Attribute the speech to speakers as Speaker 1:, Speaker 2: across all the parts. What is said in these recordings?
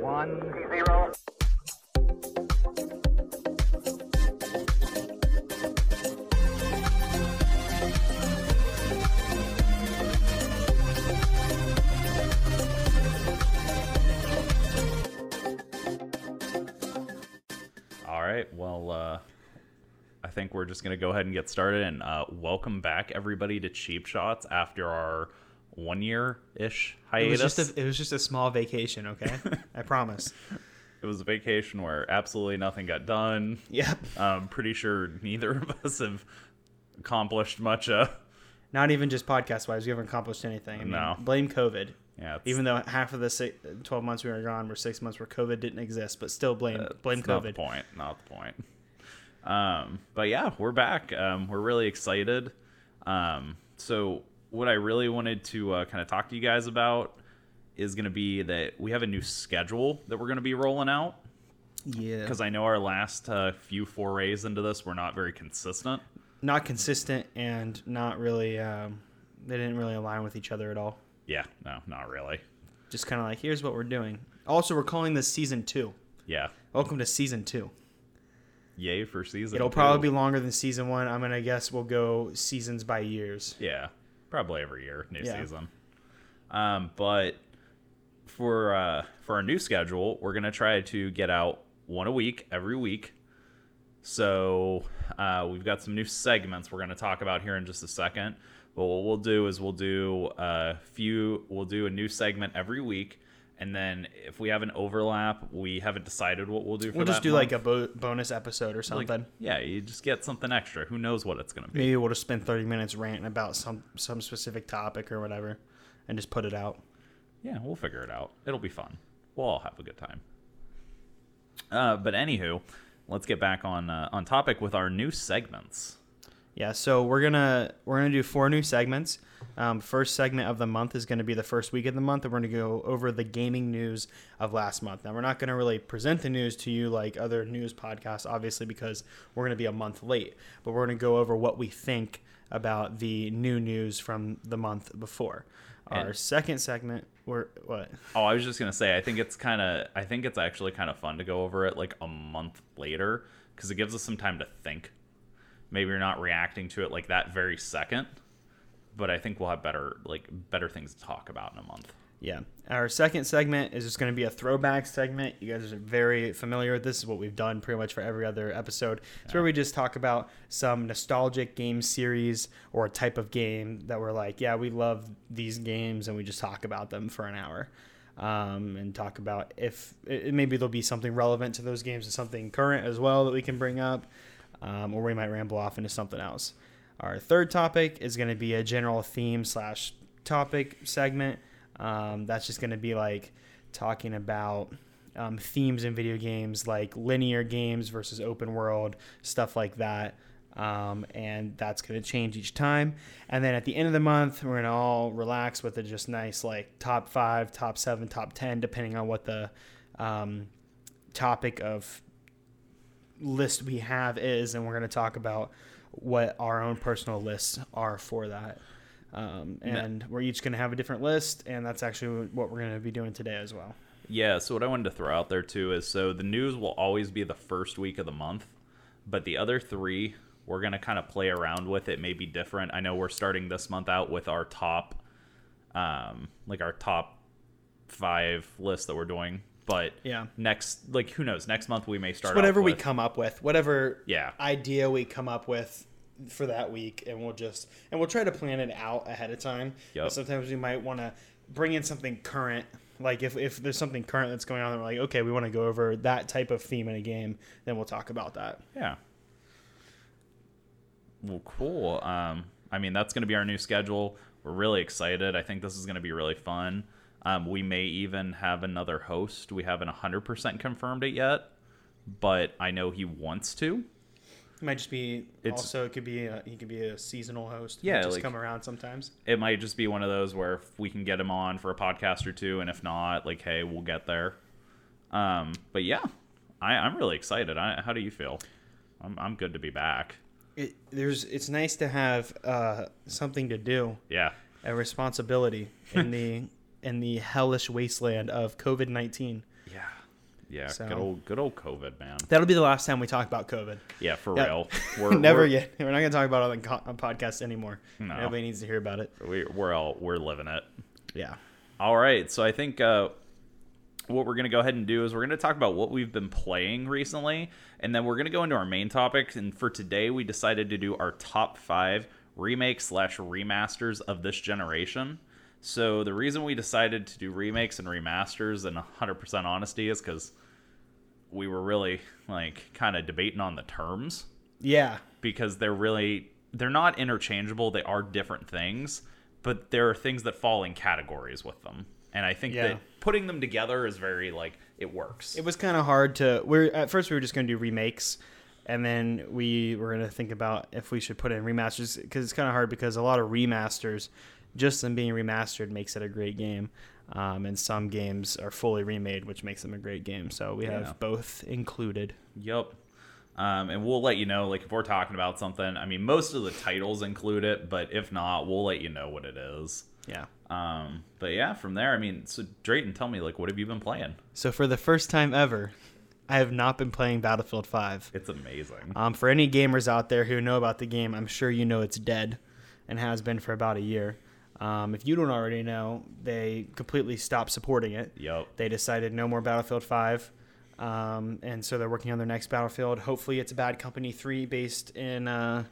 Speaker 1: one zero.
Speaker 2: All right. Well, uh, I think we're just going to go ahead and get started. And uh, welcome back, everybody, to Cheap Shots after our one year ish
Speaker 3: It was
Speaker 2: hiatus.
Speaker 3: just a, it was just a small vacation, okay? I promise.
Speaker 2: it was a vacation where absolutely nothing got done.
Speaker 3: Yep.
Speaker 2: I'm pretty sure neither of us have accomplished much. Uh,
Speaker 3: Not even just podcast wise, we haven't accomplished anything. I mean,
Speaker 2: No.
Speaker 3: Blame COVID.
Speaker 2: yeah, it's-
Speaker 3: Even though half of the six, 12 months we were gone were six months where COVID didn't exist, but still blame blame
Speaker 2: It's Not the
Speaker 3: COVID.
Speaker 2: point. Not the point. Um, but yeah, we're back. Um, we're really excited. Um, so what I really wanted to uh, kind of talk to you guys about is going to be that we have a new schedule that we're going to be rolling out
Speaker 3: Yeah.
Speaker 2: because I know our last uh, few forays into this were not very consistent.
Speaker 3: Not consistent and not really, um, they didn't really align with each other at all.
Speaker 2: Yeah, no, not really.
Speaker 3: Just kind of like, here's what we're doing. Also, we're calling this season two.
Speaker 2: Yeah,
Speaker 3: Welcome to season two.
Speaker 2: yay for season.
Speaker 3: It'll probably
Speaker 2: two.
Speaker 3: be longer than season one. I'm gonna guess we'll go seasons by years.
Speaker 2: Yeah, probably every year, new
Speaker 3: Yeah.
Speaker 2: season. Um, but for uh, for our new schedule, we're gonna try to get out one a week every week. So uh, we've got some new segments we're gonna talk about here in just a second. But what we'll do is we'll do a few. We'll do a new segment every week. And then if we have an overlap, we haven't decided what we'll do. For
Speaker 3: We'll just
Speaker 2: that
Speaker 3: do
Speaker 2: month.
Speaker 3: like a bo- bonus episode or
Speaker 2: Like,
Speaker 3: something.
Speaker 2: yeah, you just get something extra. Who knows what it's gonna be?
Speaker 3: Maybe we'll just spend 30 minutes ranting about some some specific topic or whatever, and just put it out.
Speaker 2: yeah, we'll figure it out. It'll be fun. We'll all have a good time. Uh, but anywho, let's get back on uh, on topic with our new segments.
Speaker 3: Yeah. So we're gonna we're gonna do four new segments. Um, first segment of the month is gonna be the first week of the month, and we're gonna go over the gaming news of last month. Now we're not gonna really present the news to you like other news podcasts, obviously, because we're gonna be a month late. But we're gonna go over what we think about the new news from the month before. Our
Speaker 2: And-
Speaker 3: second segment, we're what?
Speaker 2: Oh, I was just gonna say, I think it's kind of, I think it's actually kind of fun to go over it like a month later because it gives us some time to think. Maybe you're not reacting to it like that very second, but I think we'll have better like better things to talk about in a month.
Speaker 3: Yeah. Our second segment is just going to be a throwback segment. You guys are very familiar with this. This is what we've done pretty much for every other episode. It's where we just talk about some nostalgic game series or a type of game that we're like, yeah, we love these games, and we just talk about them for an hour. Um, and talk about if it, it- maybe there'll be something relevant to those games and something current as well that we can bring up, um, or we might ramble off into something else. Our third topic is going to be a general theme slash topic segment. Um, that's just going to be like talking about um, themes in video games, like linear games versus open world, stuff like that. Um, and that's going to change each time. And then at the end of the month, we're going to all relax with a just nice like top five, top seven, top 10, depending on what the um, topic of list we have is, and we're going to talk about what our own personal lists are for that. Um, and we're each going to have a different list, and that's actually what we're going to be doing today as well.
Speaker 2: Yeah, so what I wanted to throw out there too is so the news will always be the first week of the month, but the other three we're gonna kind of play around with. It may be different. I know we're starting this month out with our top, um, like our top five list that we're doing, but
Speaker 3: Yeah.
Speaker 2: next like who knows? Next month we may start
Speaker 3: It's whatever
Speaker 2: off
Speaker 3: we
Speaker 2: with-
Speaker 3: come up with, whatever
Speaker 2: Yeah.
Speaker 3: idea we come up with for that week, and we'll just and we'll try to plan it out ahead of time.
Speaker 2: Yep.
Speaker 3: But sometimes we might want to bring in something current. Like if, if there's something current that's going on, that we're like, okay, we want to go over that type of theme in a game, then we'll talk about that.
Speaker 2: Yeah. Well, cool. Um, I mean, that's going to be our new schedule. We're really excited. I think this is going to be really fun. Um, we may even have another host. We haven't 100% confirmed it yet, but I know he wants to.
Speaker 3: It might just be
Speaker 2: It's-
Speaker 3: also it could be a, he could be a seasonal host. He
Speaker 2: Yeah,
Speaker 3: just
Speaker 2: like-
Speaker 3: come around sometimes.
Speaker 2: It might just be one of those where if we can get him on for a podcast or two, and if not, like, hey, we'll get there. Um, but yeah, I, I'm really excited. I, how do you feel? I'm, I'm good to be back.
Speaker 3: It, there's it's nice to have uh, something to do,
Speaker 2: Yeah.
Speaker 3: a responsibility in the in the hellish wasteland of COVID nineteen.
Speaker 2: Yeah. Yeah,
Speaker 3: So-
Speaker 2: good old good old COVID, man.
Speaker 3: That'll be the last time we talk about COVID.
Speaker 2: Yeah, for
Speaker 3: Yeah.
Speaker 2: real. We're
Speaker 3: Never
Speaker 2: we're,
Speaker 3: yet. We're not going to talk about it on co- on podcast anymore.
Speaker 2: No.
Speaker 3: Nobody needs to hear about it.
Speaker 2: We, we're all we're living it.
Speaker 3: Yeah.
Speaker 2: All right, so I think uh, what we're gonna go ahead and do is we're gonna talk about what we've been playing recently, and then we're gonna go into our main topic. And for today, we decided to do our top five remakes slash remasters of this generation. So the reason we decided to do remakes and remasters, and 100% honesty, is because we were really like kind of debating on the terms
Speaker 3: Yeah.
Speaker 2: because they're really they're not interchangeable they are different things but there are things that fall in categories with them and i think
Speaker 3: Yeah.
Speaker 2: that putting them together is very like it works
Speaker 3: It was kind of hard to. We're at first we were just going to do remakes, and then we were going to think about if we should put in remasters because it's kind of hard because a lot of remasters, just them being remastered makes it a great game, um, and some games are fully remade, which makes them a great game. So we have
Speaker 2: Yeah.
Speaker 3: both included.
Speaker 2: yep um, and we'll let you know like if we're talking about something i mean most of the titles include it but if not we'll let you know what it is
Speaker 3: Yeah.
Speaker 2: um, but yeah from there i mean so drayton tell me like what have you been playing
Speaker 3: So for the first time ever, I have not been playing Battlefield Five.
Speaker 2: it's amazing
Speaker 3: Um, for any gamers out there who know about the game, I'm sure you know it's dead and has been for about a year. Um, if you don't already know, they completely stopped supporting it.
Speaker 2: yep
Speaker 3: They decided no more Battlefield 5. Um, and so they're working on their next Battlefield. Hopefully, it's Bad Company 3 based in uh,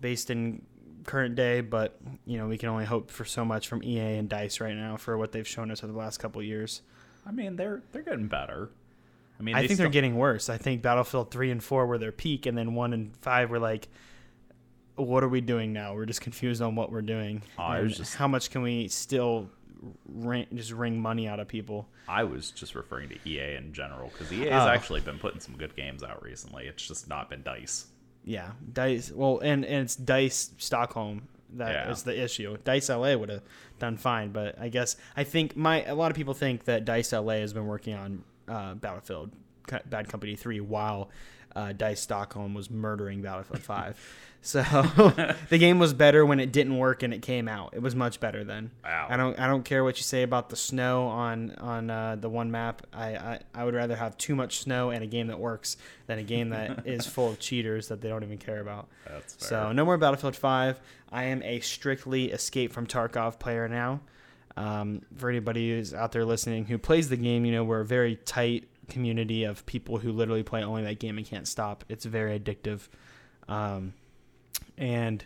Speaker 3: based in current day, but you know we can only hope for so much from EA and Dice right now for what they've shown us over the last couple years.
Speaker 2: i mean they're they're getting better i mean
Speaker 3: I
Speaker 2: they
Speaker 3: think
Speaker 2: still-
Speaker 3: they're getting worse. I think Battlefield three and four were their peak, and then one and five were like, "What are we doing now? We're just confused on what we're doing.
Speaker 2: Oh, I
Speaker 3: and
Speaker 2: was just-
Speaker 3: how much can we still ring, just wring money out of people?"
Speaker 2: I was just referring to EA in general because EA
Speaker 3: Oh.
Speaker 2: has actually been putting some good games out recently. It's just not been Dice.
Speaker 3: Yeah, Dice. Well, and and it's Dice Stockholm that is
Speaker 2: Yeah.
Speaker 3: the issue. Dice LA would have done fine, but I guess I think my a lot of people think that Dice LA has been working on uh, Battlefield Co- Bad Company Three while uh, Dice Stockholm was murdering Battlefield Five. so the game was better when it didn't work and it came out. It was much better then.
Speaker 2: Wow.
Speaker 3: I don't I don't care what you say about the snow on on uh, the one map. I, I I would rather have too much snow and a game that works than a game that is full of cheaters that they don't even care about.
Speaker 2: That's fair.
Speaker 3: So no more Battlefield Five. I am a strictly Escape from Tarkov player now. Um, for anybody who's out there listening who plays the game, you know we're a very tight community of people who literally play only that game and can't stop. It's very addictive. Um, and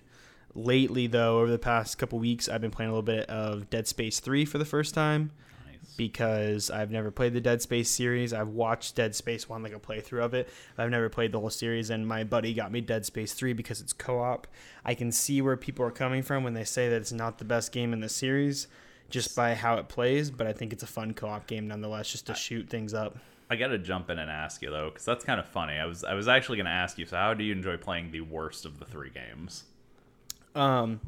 Speaker 3: lately, though, over the past couple weeks, I've been playing a little bit of Dead Space 3 for the first time
Speaker 2: Nice.
Speaker 3: because I've never played the Dead Space series. I've watched Dead Space 1, like a playthrough of it. I've never played the whole series, and my buddy got me Dead Space 3 because it's co op. I can see where people are coming from when they say that it's not the best game in the series just by how it plays, but I think it's a fun co op game nonetheless, just to shoot things up.
Speaker 2: I gotta jump in and ask you though, because that's kind of funny. I was I was actually gonna ask you. So how do you enjoy playing the worst of the three games?
Speaker 3: um,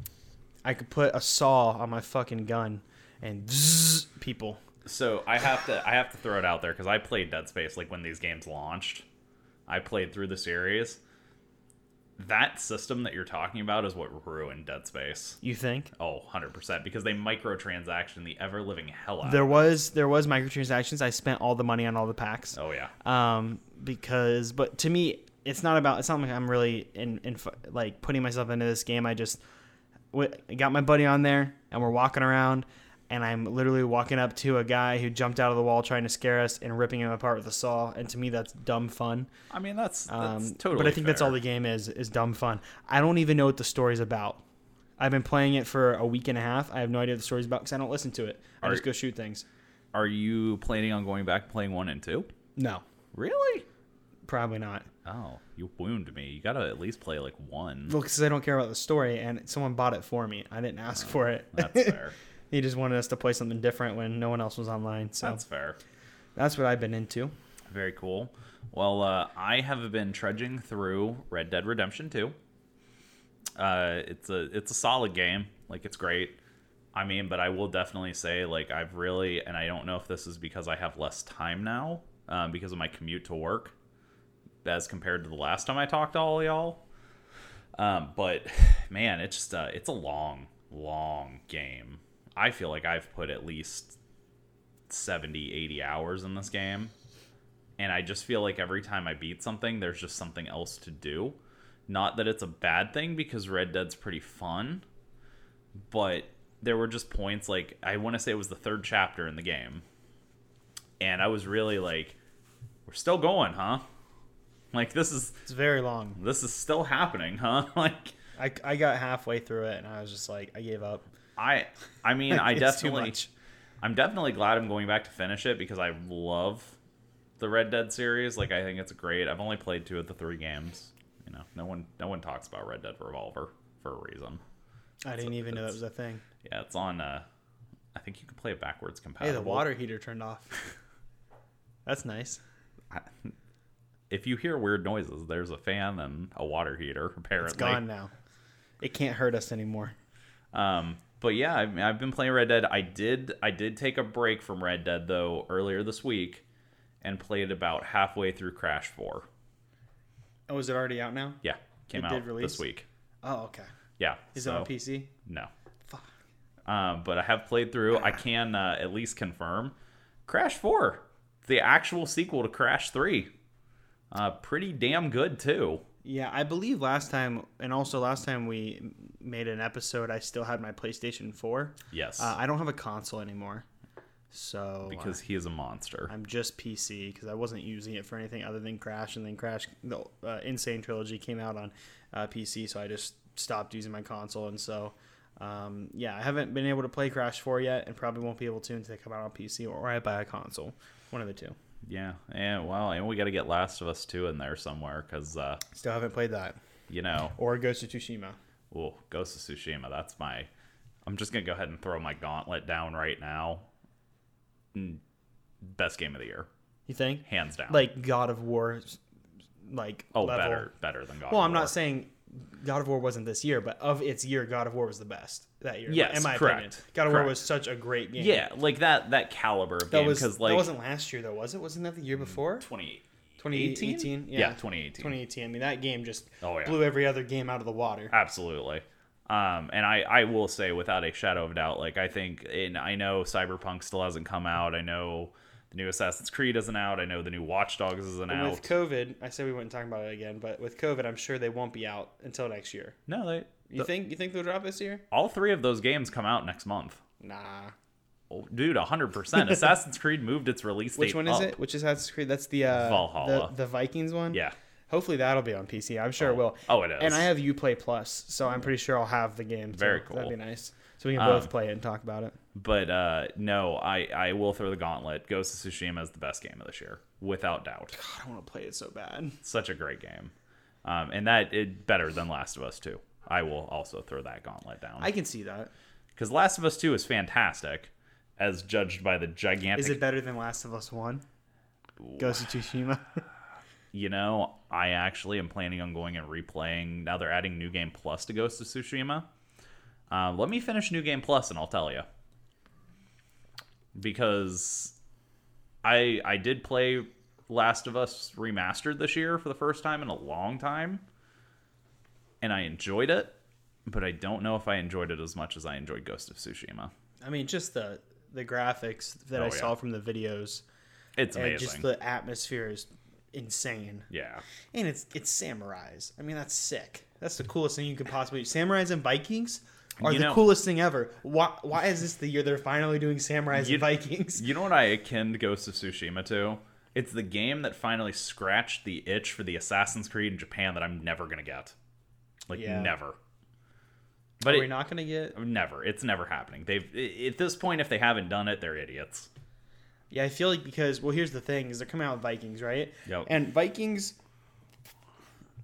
Speaker 3: I could put a saw on my fucking gun and zzz people.
Speaker 2: So I have to I have to throw it out there because I played Dead Space like when these games launched. I played through the series. That system that you're talking about is what ruined Dead Space.
Speaker 3: You think
Speaker 2: Oh, 100%. Because they microtransaction the ever living hell out
Speaker 3: there
Speaker 2: of it.
Speaker 3: was there was microtransactions? I spent all the money on all the packs.
Speaker 2: Oh, yeah.
Speaker 3: um, because but to me it's not about it's not like I'm really in, in like putting myself into this game. I just w- got my buddy on there and we're walking around and I'm literally walking up to a guy who jumped out of the wall trying to scare us and ripping him apart with a saw. And to me that's dumb fun.
Speaker 2: I mean, that's,
Speaker 3: Um,
Speaker 2: that's totally.
Speaker 3: but I think that's all
Speaker 2: fair.
Speaker 3: the game is is dumb fun. I don't even know what the story's about. I've been playing it for a week and a half. I have no idea what the story's about because I don't listen to it. I
Speaker 2: Are-
Speaker 3: just go shoot things.
Speaker 2: Are you planning on going back and playing one and two?
Speaker 3: No,
Speaker 2: Really?
Speaker 3: probably not.
Speaker 2: Oh, you wound me. You gotta at least play like one.
Speaker 3: Well, because I don't care about the story, and someone bought it for me. I didn't ask for it.
Speaker 2: That's fair.
Speaker 3: he just wanted us to play something different when no one else was online. So
Speaker 2: That's
Speaker 3: that's,
Speaker 2: fair.
Speaker 3: what I've been into.
Speaker 2: Very cool. Well, uh, I have been trudging through Red Dead Redemption Two. Uh, it's a it's a solid game. Like it's great. I mean, but I will definitely say like I've really and I don't know if this is because I have less time now um, because of my commute to work as compared to the last time I talked to all y'all. Um, but man, it's just uh, it's a long, long game. I feel like I've put at least 70, 80 hours in this game and I just feel like every time I beat something, there's just something else to do. Not that it's a bad thing because Red Dead's pretty fun, but there were just points like I want to say it was the third chapter in the game, and I was really like, "We're still going, huh? Like this is
Speaker 3: It's very long.
Speaker 2: this is still happening, huh? like
Speaker 3: I, I got halfway through it and I was just like, I gave up.
Speaker 2: I I mean I
Speaker 3: It's too
Speaker 2: definitely
Speaker 3: much.
Speaker 2: I'm definitely glad I'm going back to finish it because I love the Red Dead series. Like I think it's great. I've only played two of the three games. You know, no one no one talks about Red Dead Revolver for a reason.
Speaker 3: I didn't even know that was a thing.
Speaker 2: Yeah, it's on uh I think you can play it backwards
Speaker 3: Hey,
Speaker 2: compatible.
Speaker 3: the water heater turned off. That's nice.
Speaker 2: I- if you hear weird noises, there's a fan and a water heater apparently.
Speaker 3: It's gone now. It can't hurt us anymore.
Speaker 2: Um, but yeah, I mean, I've been playing Red Dead. I did I did take a break from Red Dead though earlier this week, and played about halfway through Crash Four.
Speaker 3: Oh, is it already out now?
Speaker 2: Yeah, came
Speaker 3: It
Speaker 2: out
Speaker 3: did release?
Speaker 2: this week.
Speaker 3: Oh, okay.
Speaker 2: Yeah,
Speaker 3: Is
Speaker 2: so,
Speaker 3: it on PC?
Speaker 2: No,
Speaker 3: Fuck.
Speaker 2: um, but I have played through. I can uh, at least confirm Crash Four, the actual sequel to Crash Three, uh, pretty damn good too.
Speaker 3: Yeah, I believe last time, and also last time we m- made an episode, I still had my PlayStation 4.
Speaker 2: Yes,
Speaker 3: Uh, I don't have a console anymore. So. uh,
Speaker 2: because he is a monster.
Speaker 3: I'm just PC because I wasn't using it for anything other than Crash, and then Crash, the uh, Insane Trilogy came out on uh, PC, so I just stopped using my console, and so um, yeah, I haven't been able to play Crash 4 yet, and probably won't be able to until they come out on PC or I buy a console, one of the two.
Speaker 2: yeah, and well, and we got to get Last of Us Two in there somewhere because uh,
Speaker 3: Still haven't played that
Speaker 2: you know.
Speaker 3: or Ghost of Tsushima.
Speaker 2: Oh, Ghost of Tsushima. That's my. I'm just gonna go ahead and throw my gauntlet down right now. Mm, Best game of the year,
Speaker 3: You think?
Speaker 2: hands down.
Speaker 3: Like God of War, like
Speaker 2: oh,
Speaker 3: level.
Speaker 2: better, better than God.
Speaker 3: Well,
Speaker 2: of
Speaker 3: I'm
Speaker 2: War.
Speaker 3: not saying God of War wasn't this year, but of its year, God of War was the best that year.
Speaker 2: Yes,
Speaker 3: in my
Speaker 2: correct,
Speaker 3: opinion, God of
Speaker 2: correct.
Speaker 3: War was such a great game.
Speaker 2: Yeah, like that. That caliber of
Speaker 3: That
Speaker 2: game
Speaker 3: was
Speaker 2: because like
Speaker 3: that wasn't last year though, was it? Wasn't that the year before?
Speaker 2: 2018.
Speaker 3: 2018. Yeah,
Speaker 2: Yeah, 2018.
Speaker 3: 2018. I mean, that game just
Speaker 2: Oh, yeah.
Speaker 3: blew every other game out of the water.
Speaker 2: Absolutely. Um, and I, I will say without a shadow of doubt, like I think, and I know Cyberpunk still hasn't come out. I know the new Assassin's Creed isn't out. I know the new Watch Dogs isn't out.
Speaker 3: With COVID, I said we wouldn't talk about it again, but with COVID, I'm sure they won't be out until next year.
Speaker 2: no, they
Speaker 3: You think you think they'll drop this year?
Speaker 2: all three of those games come out next month.
Speaker 3: Nah.
Speaker 2: Oh, dude, 100%. Assassin's Creed moved its release date.
Speaker 3: Which one is
Speaker 2: up.
Speaker 3: it? Which is Assassin's Creed? That's the uh,
Speaker 2: Valhalla.
Speaker 3: the, the Vikings one.
Speaker 2: Yeah.
Speaker 3: Hopefully that'll be on PC. I'm sure it will.
Speaker 2: Oh, it is.
Speaker 3: And I have UPlay Plus, so I'm pretty sure I'll have the game. so
Speaker 2: Very cool. Um,
Speaker 3: That'd be nice. So we can both play it and talk about it.
Speaker 2: But uh, no, I, I will throw the gauntlet. Ghost of Tsushima is the best game of this year, without doubt.
Speaker 3: God, I want to play it so bad.
Speaker 2: Such a great game. Um, and that it better than Last of Us 2. I will also throw that gauntlet down.
Speaker 3: I can see that.
Speaker 2: Because Last of Us 2 is fantastic, as judged by the gigantic.
Speaker 3: Is it better than Last of Us One? Ghost of Tsushima.
Speaker 2: you know, I actually am planning on going and replaying. Now they're adding New Game Plus to Ghost of Tsushima. Uh, let me finish New Game Plus and I'll tell you. Because I I did play Last of Us Remastered this year for the first time in a long time. And I enjoyed it, but I don't know if I enjoyed it as much as I enjoyed Ghost of Tsushima.
Speaker 3: I mean, just the the graphics that
Speaker 2: Oh,
Speaker 3: I
Speaker 2: yeah.
Speaker 3: saw from the videos,
Speaker 2: It's
Speaker 3: and
Speaker 2: amazing.
Speaker 3: just the atmosphere is insane.
Speaker 2: yeah.
Speaker 3: And it's it's samurais. I mean, that's sick. That's the coolest thing you could possibly. Samurais and Vikings are
Speaker 2: You
Speaker 3: the
Speaker 2: know-
Speaker 3: coolest thing ever. Why why is this the year they're finally doing samurais
Speaker 2: You-
Speaker 3: and Vikings?
Speaker 2: You know what I akin Ghost of Tsushima to? It's the game that finally scratched the itch for the Assassin's Creed in Japan that I'm never gonna get. Like
Speaker 3: Yeah.
Speaker 2: never. But
Speaker 3: Are we
Speaker 2: it,
Speaker 3: not gonna get?
Speaker 2: never. It's never happening. They've i- at this point, if they haven't done it, they're idiots.
Speaker 3: Yeah, I feel like because well, here's the thing: is they're coming out with Vikings, right?
Speaker 2: Yep.
Speaker 3: And Vikings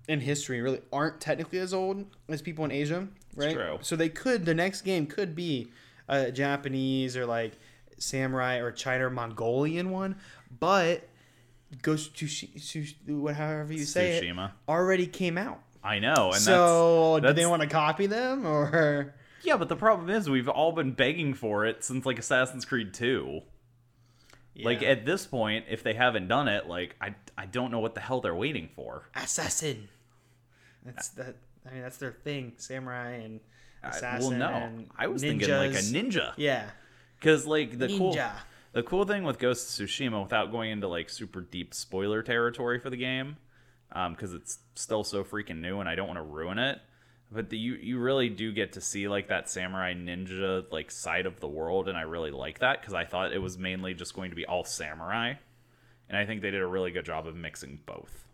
Speaker 3: in history really aren't technically as old as people in Asia, right?
Speaker 2: true.
Speaker 3: So they could the next game could be a Japanese or like samurai or China or Mongolian one, but Ghost of Tsushi- Tsush- whatever you say it,
Speaker 2: Tsushima.
Speaker 3: already came out.
Speaker 2: I know, and
Speaker 3: so
Speaker 2: that's,
Speaker 3: do they
Speaker 2: that's-
Speaker 3: want to copy them or?
Speaker 2: Yeah, but the problem is we've all been begging for it since like Assassin's Creed Two. Like
Speaker 3: Yeah.
Speaker 2: at this point, if they haven't done it, like I I don't know what the hell they're waiting for.
Speaker 3: assassin. That's that. I mean, that's their thing: samurai and
Speaker 2: I-
Speaker 3: assassin.
Speaker 2: well, no,
Speaker 3: and
Speaker 2: I was thinking like a
Speaker 3: ninjas.
Speaker 2: ninja.
Speaker 3: Yeah,
Speaker 2: Because like the cool
Speaker 3: Ninja.
Speaker 2: The cool thing with Ghost of Tsushima, without going into like super deep spoiler territory for the game, because it's still so freaking new and I don't want to ruin it. But the, you you really do get to see like that samurai ninja like side of the world, and I really like that because I thought it was mainly just going to be all samurai, and I think they did a really good job of mixing both.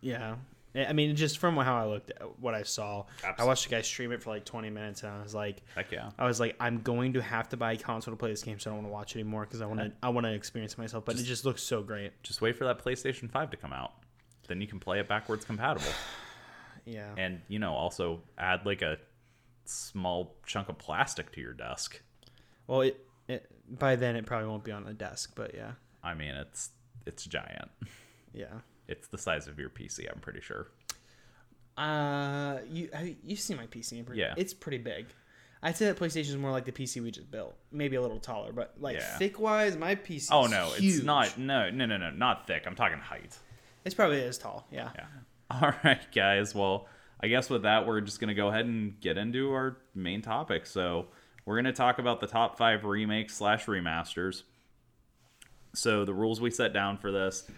Speaker 3: Yeah. I mean, just from how I looked, at what I saw, I watched a guy stream it for like 20 minutes, and I was like,
Speaker 2: Heck yeah.
Speaker 3: I was like, I'm going to have to buy a console to play this game, so I don't want to watch it anymore because I want to, I want to experience it myself. But it just looks so great.
Speaker 2: Just wait for that PlayStation Five to come out, then you can play it backwards compatible,
Speaker 3: Yeah.
Speaker 2: and you know also add like a small chunk of plastic to your desk.
Speaker 3: Well, it, it by then it probably won't be on the desk, but yeah,
Speaker 2: I mean, it's it's giant.
Speaker 3: yeah.
Speaker 2: It's the size of your PC. I'm pretty sure.
Speaker 3: Uh, you I- you see my PC? in pre-
Speaker 2: Yeah.
Speaker 3: it's pretty big. I'd say that PlayStation is more like the PC we just built, maybe a little taller, but like
Speaker 2: Yeah.
Speaker 3: thick wise, my PC.
Speaker 2: Oh
Speaker 3: is
Speaker 2: no,
Speaker 3: huge.
Speaker 2: it's not. No, no, no, no, not thick. I'm talking height.
Speaker 3: It's probably as tall. Yeah.
Speaker 2: Yeah. All right, guys. Well, I guess with that, we're just gonna go ahead and get into our main topic. So we're gonna talk about the top five remakes slash remasters. So the rules we set down for this: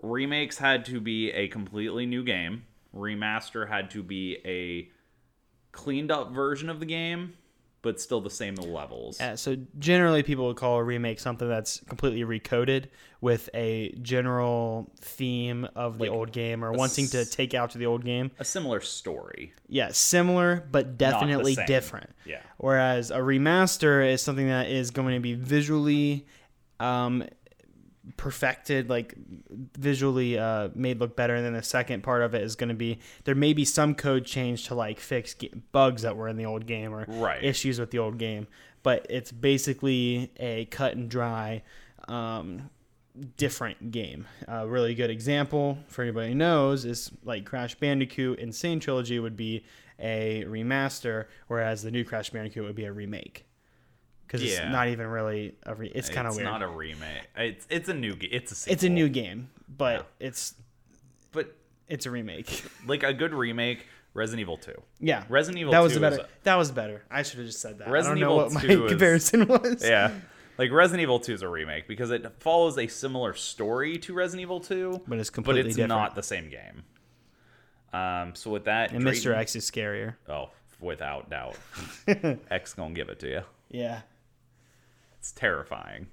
Speaker 2: remakes had to be a completely new game. Remaster had to be a cleaned up version of the game, but still the same levels.
Speaker 3: Uh, so generally, people would call a remake something that's completely recoded with a general theme of the old game or wanting to
Speaker 2: s-
Speaker 3: take out to the old game.
Speaker 2: A similar story.
Speaker 3: Yeah, similar but definitely
Speaker 2: same.
Speaker 3: different.
Speaker 2: Yeah.
Speaker 3: Whereas a remaster is something that is going to be visually um, perfected, like visually uh, made look better. And then the second part of it is going to be there may be some code change to like fix g bugs that were in the old game or
Speaker 2: Right.
Speaker 3: issues with the old game, but it's basically a cut and dry. Um, different game a really good example for anybody who knows is like crash bandicoot insane trilogy would be a remaster whereas the new crash bandicoot would be a remake because
Speaker 2: Yeah.
Speaker 3: it's not even really a re- it's kind of
Speaker 2: it's
Speaker 3: weird
Speaker 2: not a remake. It's it's a new game. It's a sequel.
Speaker 3: it's a new game, but it's
Speaker 2: but
Speaker 3: it's a remake.
Speaker 2: like a good remake. Resident Evil Two.
Speaker 3: Yeah,
Speaker 2: Resident Evil
Speaker 3: That was
Speaker 2: 2
Speaker 3: the better.
Speaker 2: is a-
Speaker 3: that was better. I should have just said that.
Speaker 2: Resident
Speaker 3: I don't know
Speaker 2: Evil
Speaker 3: what
Speaker 2: 2
Speaker 3: my
Speaker 2: is-
Speaker 3: comparison was.
Speaker 2: Yeah, like Resident Evil Two is a remake because it follows a similar story to Resident Evil Two,
Speaker 3: But it's
Speaker 2: but
Speaker 3: completely
Speaker 2: it's
Speaker 3: different.
Speaker 2: not the same game. Um. So with that,
Speaker 3: and Mr.
Speaker 2: Drayton-
Speaker 3: X is scarier.
Speaker 2: Oh, without doubt, X gonna give it to you.
Speaker 3: Yeah.
Speaker 2: It's terrifying.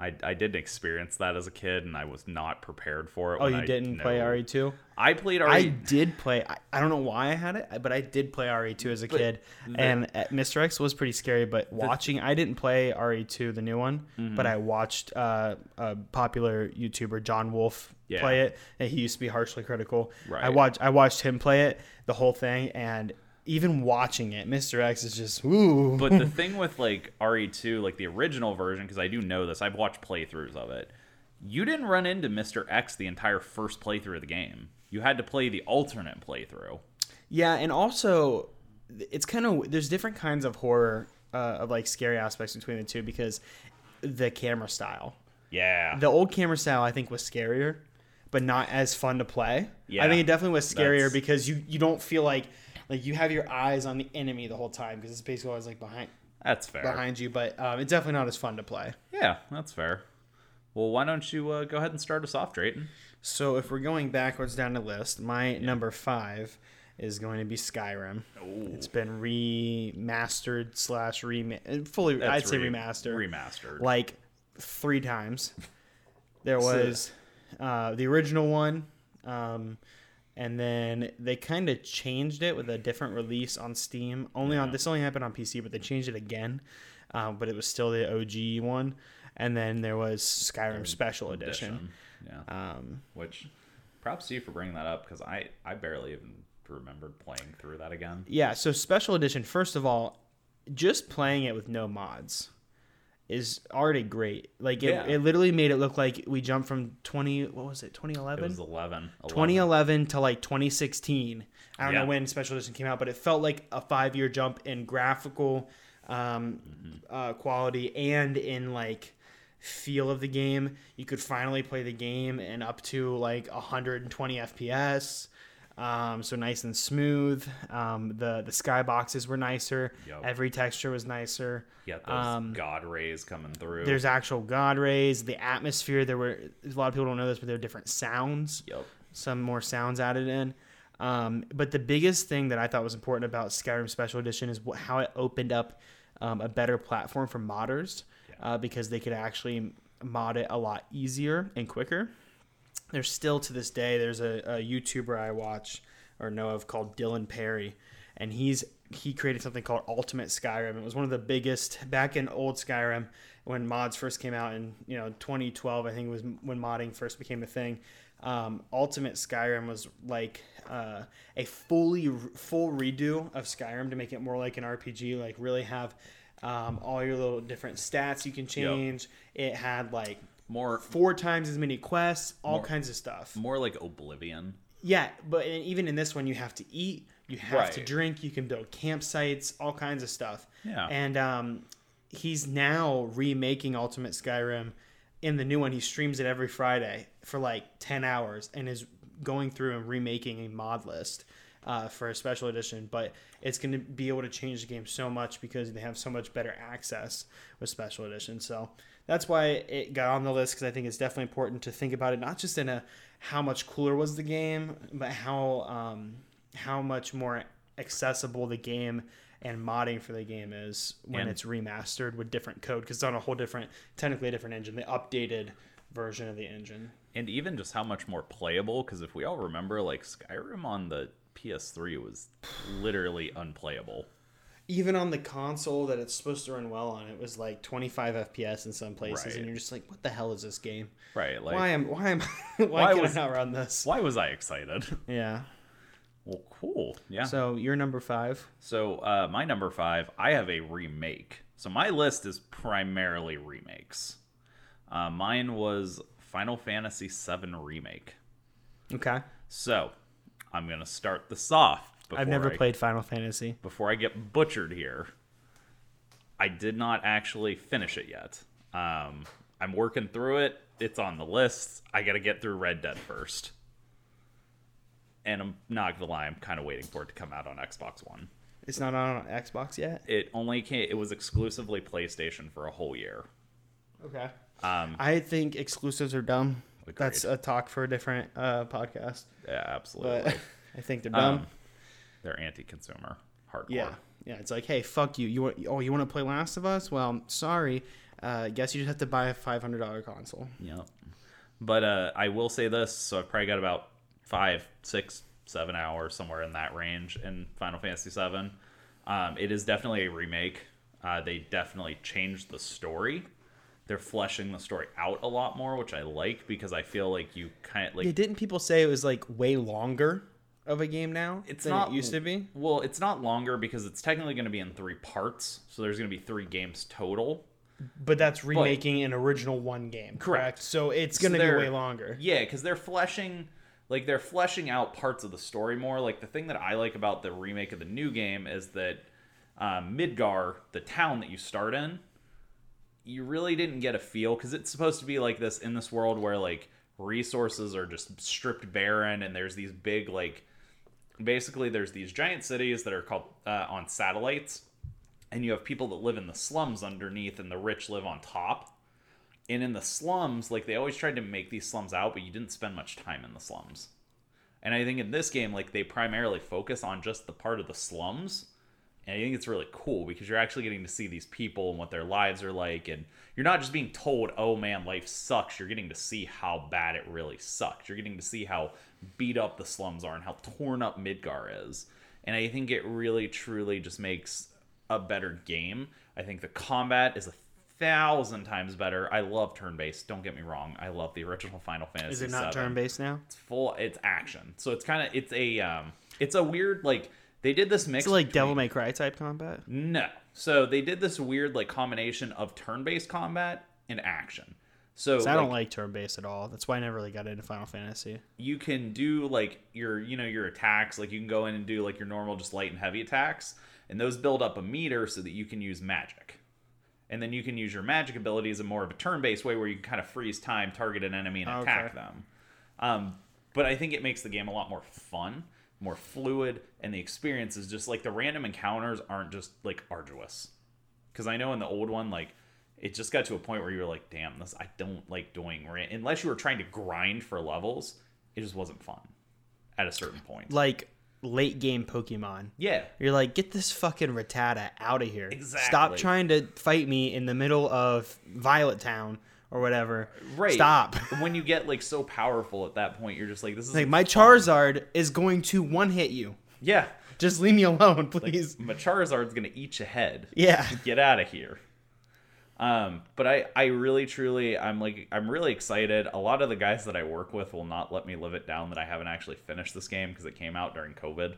Speaker 2: I, I didn't experience that as a kid, and I was not prepared for it.
Speaker 3: Oh,
Speaker 2: when
Speaker 3: you
Speaker 2: I-
Speaker 3: didn't play
Speaker 2: no.
Speaker 3: RE2?
Speaker 2: I played RE.
Speaker 3: I did play. I, I don't know why I had it, but I did play RE2 as a kid, and uh, Mr. X was pretty scary. But watching, I didn't play RE2, the new one,
Speaker 2: Mm-hmm.
Speaker 3: but I watched uh, a popular YouTuber, John Wolf,
Speaker 2: Yeah.
Speaker 3: play it, and he used to be harshly critical. I
Speaker 2: Right.
Speaker 3: watched, I watched him play it, the whole thing, and even watching it, Mr. X is just ooh.
Speaker 2: But the thing with like RE2, like the original version, because I do know this, I've watched playthroughs of it. You didn't run into Mr. X the entire first playthrough of the game. You had to play the alternate playthrough.
Speaker 3: Yeah, and also th- it's kind of there's different kinds of horror uh, of like scary aspects between the two because the camera style.
Speaker 2: Yeah.
Speaker 3: The old camera style I think was scarier, but not as fun to play.
Speaker 2: Yeah,
Speaker 3: I think it definitely was scarier
Speaker 2: that's-
Speaker 3: because you you don't feel like like you have your eyes on the enemy the whole time because it's basically always like behind
Speaker 2: that's fair.
Speaker 3: behind you, but um, it's definitely not as fun to play.
Speaker 2: Yeah, that's fair. Well, why don't you uh, go ahead and start us off, Drayton?
Speaker 3: So if we're going backwards down the list, my number five is going to be Skyrim. It's been remastered slash remade fully. I'd
Speaker 2: That's
Speaker 3: say
Speaker 2: re-
Speaker 3: remastered,
Speaker 2: Remastered.
Speaker 3: like three times. There was uh, the original one, um, and then they kind of changed it with a different release on Steam. Only on this only happened on PC, but they changed it again. Uh, but it was still the OG one, and then there was Skyrim Special Edition. Um,
Speaker 2: Edition. Yeah. Which, props to you for bringing that up because I, I barely even remembered playing through that again.
Speaker 3: Yeah, so special edition, first of all, just playing it with no mods is already great. Like it,
Speaker 2: Yeah.
Speaker 3: it literally made it look like we jumped from 20 what was it?
Speaker 2: It
Speaker 3: 2011?
Speaker 2: was 11. 11.
Speaker 3: 2011 to like 2016. I don't
Speaker 2: Yeah.
Speaker 3: know when special edition came out, but it felt like a 5-year jump in graphical um,
Speaker 2: Mm-hmm.
Speaker 3: uh, quality and in like feel of the game. You could finally play the game in up to like 120 FPS. Um, so nice and smooth. Um, the the sky boxes were nicer.
Speaker 2: Yup.
Speaker 3: Every texture was nicer. Um,
Speaker 2: You got those god rays coming through.
Speaker 3: There's actual god rays. The atmosphere. There were a lot of people don't know this, but there are different sounds.
Speaker 2: Yup.
Speaker 3: Some more sounds added in. Um, but the biggest thing that I thought was important about Skyrim Special Edition is wh- how it opened up um, a better platform for modders uh, because they could actually mod it a lot easier and quicker there's still to this day there's a, a youtuber i watch or know of called dylan perry and he's he created something called ultimate skyrim it was one of the biggest back in old skyrim when mods first came out in you know 2012 i think was when modding first became a thing um, ultimate skyrim was like uh, a fully full redo of skyrim to make it more like an rpg like really have um, all your little different stats you can change it had like
Speaker 2: more
Speaker 3: four times as many quests, all
Speaker 2: More.
Speaker 3: kinds of stuff.
Speaker 2: more like Oblivion.
Speaker 3: Yeah, but in, even in this one, you have to eat, you have to
Speaker 2: Right.
Speaker 3: drink, you can build campsites, all kinds of stuff.
Speaker 2: Yeah.
Speaker 3: And um, he's now remaking Ultimate Skyrim in the new one. He streams it every Friday for like 10 hours and is going through and remaking a mod list. Uh, for a special edition, but it's going to be able to change the game so much because they have so much better access with special edition. So that's why it got on the list because I think it's definitely important to think about it not just in a how much cooler was the game, but how um, how much more accessible the game and modding for the game is when
Speaker 2: And-
Speaker 3: it's remastered with different code because it's on a whole different, technically a different engine, the updated version of the engine.
Speaker 2: and even just how much more playable because if we all remember like skyrim on the ps3 was literally unplayable
Speaker 3: Even on the console that it's supposed to run well on, it was like 25 FPS in some places,
Speaker 2: Right.
Speaker 3: and you're just like, what the hell is this game?
Speaker 2: right like
Speaker 3: why
Speaker 2: why,
Speaker 3: am why am why,
Speaker 2: Why
Speaker 3: can
Speaker 2: was-
Speaker 3: I not run this?
Speaker 2: was i excited
Speaker 3: Yeah.
Speaker 2: well cool yeah so,
Speaker 3: So you're number five.
Speaker 2: uh, my number five i have a remake so my list is primarily remakes uh, mine was final fantasy VII remake
Speaker 3: Okay.
Speaker 2: so i'm gonna start this off
Speaker 3: I've never
Speaker 2: before I-
Speaker 3: played Final Fantasy.
Speaker 2: before I get butchered here, I did not actually finish it yet. Um, I'm working through it. It's on the list. I got to get through Red Dead first. And I'm not gonna lie, I'm kind of waiting for it to come out on Xbox One.
Speaker 3: It's not on Xbox yet.
Speaker 2: It only came. It was exclusively PlayStation for a whole year.
Speaker 3: Okay.
Speaker 2: Um,
Speaker 3: I think exclusives are dumb.
Speaker 2: Agreed.
Speaker 3: That's a talk for a different uh, podcast.
Speaker 2: yeah, absolutely.
Speaker 3: But I think they're dumb.
Speaker 2: Um, They're anti-consumer, hardcore.
Speaker 3: yeah. Yeah. It's like, hey, fuck you. You want, oh, you want to play Last of Us? Well, I'm sorry. Uh, guess you just have to buy a five hundred dollar console.
Speaker 2: Yep. But uh, I will say this: so I've probably got about five, six, seven hours somewhere in that range in Final Fantasy VII. Um, it is definitely a remake. Uh, they definitely changed the story. They're fleshing the story out a lot more, which I like because I feel like you kind of like
Speaker 3: Yeah, didn't people say it was like way longer of a game now
Speaker 2: it's
Speaker 3: than
Speaker 2: not
Speaker 3: it used to be?
Speaker 2: Well, it's not longer because it's technically going to be in three parts, so there's going to be three games total.
Speaker 3: But that's remaking an original one game. Correct. So it's going to be
Speaker 2: they're-
Speaker 3: way longer.
Speaker 2: Yeah, because they're fleshing, like they're fleshing out parts of the story more. Like the thing that I like about the remake of the new game is that um, Midgar, the town that you start in, you really didn't get a feel because it's supposed to be like this in this world where like resources are just stripped barren, and there's these big like, basically there's these giant cities that are called uh, on satellites. And you have people that live in the slums underneath, and the rich live on top and in the slums like they always tried to make these slums out but you didn't spend much time in the slums and i think in this game like they primarily focus on just the part of the slums and i think it's really cool because you're actually getting to see these people and what their lives are like and you're not just being told oh man life sucks you're getting to see how bad it really sucks you're getting to see how beat up the slums are and how torn up midgar is and i think it really truly just makes a better game i think the combat is a thousand times better i love turn-based don't get me wrong i love the original final fantasy
Speaker 3: Is it not
Speaker 2: VII
Speaker 3: turn based now?
Speaker 2: it's full it's action so it's kind of it's a um it's a weird like they did this mix
Speaker 3: It's like
Speaker 2: between-
Speaker 3: Devil May Cry type combat.
Speaker 2: no so they did this weird like combination of turn-based combat and action so
Speaker 3: I
Speaker 2: like,
Speaker 3: don't like turn based at all. That's why I never really got into Final Fantasy.
Speaker 2: you can do like your you know your attacks like you can go in and do like your normal just light and heavy attacks and those build up a meter so that you can use magic and then you can use your magic abilities in more of a turn-based way where you can kind of freeze time target an enemy and attack
Speaker 3: Okay.
Speaker 2: them um, but i think it makes the game a lot more fun more fluid, and the experience is just like the random encounters aren't just like arduous. Because I know in the old one, like it just got to a point where you were like, "Damn, this I don't like doing." Ran-. Unless you were trying to grind for levels, it just wasn't fun at a certain point.
Speaker 3: Like late game Pokemon.
Speaker 2: Yeah,
Speaker 3: You're like, get this fucking Rattata out of here. Stop
Speaker 2: Exactly.
Speaker 3: trying to fight me in the middle of Violet Town or whatever.
Speaker 2: right.
Speaker 3: Stop.
Speaker 2: when you get like so powerful at that point, you're just like, "This is
Speaker 3: Like my Charizard is going to one hit you.
Speaker 2: yeah."
Speaker 3: Just leave me alone, please.
Speaker 2: My Charizard's gonna eat your head.
Speaker 3: yeah.
Speaker 2: get out of here. Um, but I, I really, truly, I'm like, I'm really excited. A lot of the guys that I work with will not let me live it down that I haven't actually finished this game because it came out during COVID.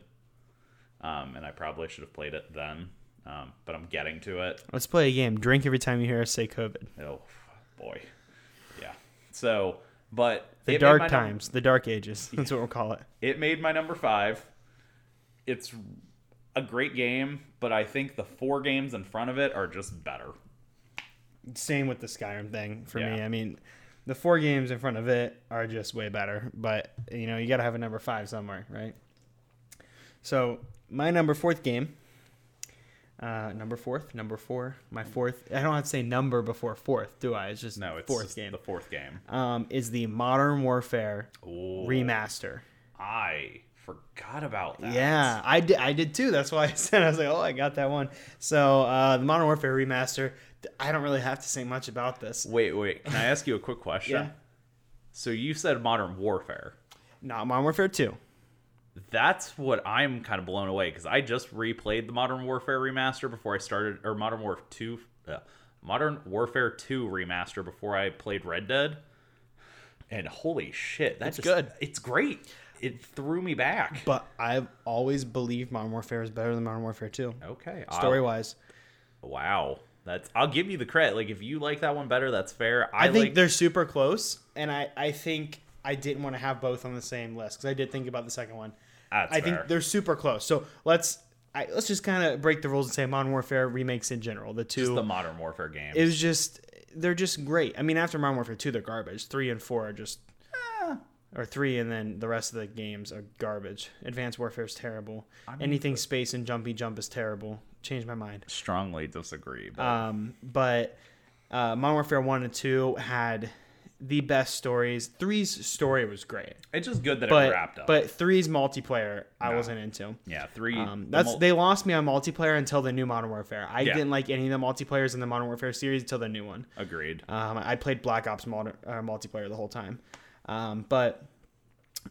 Speaker 2: Um, and I probably should have played it then. Um, but I'm getting to it.
Speaker 3: Let's play a game. Drink every time you hear us say COVID.
Speaker 2: Oh boy, yeah. So, but
Speaker 3: The
Speaker 2: it made my
Speaker 3: dark
Speaker 2: num-
Speaker 3: times, the dark ages. That's what we'll call it.
Speaker 2: it made my number five. It's a great game, but I think the four games in front of it are just better.
Speaker 3: Same with the Skyrim thing for me.
Speaker 2: Yeah.
Speaker 3: I mean, the four games in front of it are just way better, but you know, you got to have a number five somewhere, right? So, my number fourth game, uh, number fourth, number four, my fourth, I don't have to say number before fourth, do I? It's just
Speaker 2: No, it's
Speaker 3: fourth
Speaker 2: just
Speaker 3: game.
Speaker 2: The fourth game.
Speaker 3: um, is the Modern Warfare
Speaker 2: Ooh.
Speaker 3: remaster.
Speaker 2: I forgot about that.
Speaker 3: Yeah, I did. I did too. That's why I said I was like, oh, I got that one. So uh, the Modern Warfare remaster. th- I don't really have to say much about this.
Speaker 2: Wait, wait. Can I ask you a quick question?
Speaker 3: Yeah.
Speaker 2: So you said Modern Warfare.
Speaker 3: Not Modern Warfare two.
Speaker 2: That's what I'm kind of blown away because I just replayed the Modern Warfare remaster before I started, or Modern Warfare 2, uh, Modern Warfare 2 remaster before I played Red Dead. And holy shit, that's
Speaker 3: good.
Speaker 2: It's great. It threw me back.
Speaker 3: But I've always believed Modern Warfare is better than Modern Warfare two.
Speaker 2: okay. I'll-
Speaker 3: Story wise,
Speaker 2: wow. That's. I'll give you the credit. Like if you like that one better, that's fair. I,
Speaker 3: I, think
Speaker 2: like,
Speaker 3: they're super close, and I I think I didn't want to have both on the same list because I did think about the second one.
Speaker 2: that's
Speaker 3: I
Speaker 2: fair.
Speaker 3: think they're super close. So let's I, let's just kind of break the rules and say Modern Warfare remakes in general. The two
Speaker 2: Just the Modern Warfare game.
Speaker 3: it was just they're just great. I mean, after Modern Warfare two, they're garbage. Three and four are just,
Speaker 2: Eh.
Speaker 3: or three and then the rest of the games are garbage. Advanced Warfare is terrible. Anything space and jumpy jump is terrible. Changed my mind.
Speaker 2: strongly disagree. But
Speaker 3: Um, but uh, Modern Warfare one and two had the best stories. Three's story was great,
Speaker 2: it's just good that it
Speaker 3: but
Speaker 2: wrapped up.
Speaker 3: but three's multiplayer I wasn't into.
Speaker 2: yeah, three.
Speaker 3: Um,
Speaker 2: the
Speaker 3: that's
Speaker 2: mul-
Speaker 3: they lost me on multiplayer until the new Modern Warfare. I
Speaker 2: Yeah.
Speaker 3: didn't like any of the multiplayers in the Modern Warfare series until the new one.
Speaker 2: agreed.
Speaker 3: Um, I played Black Ops mod- uh, multiplayer the whole time, um, but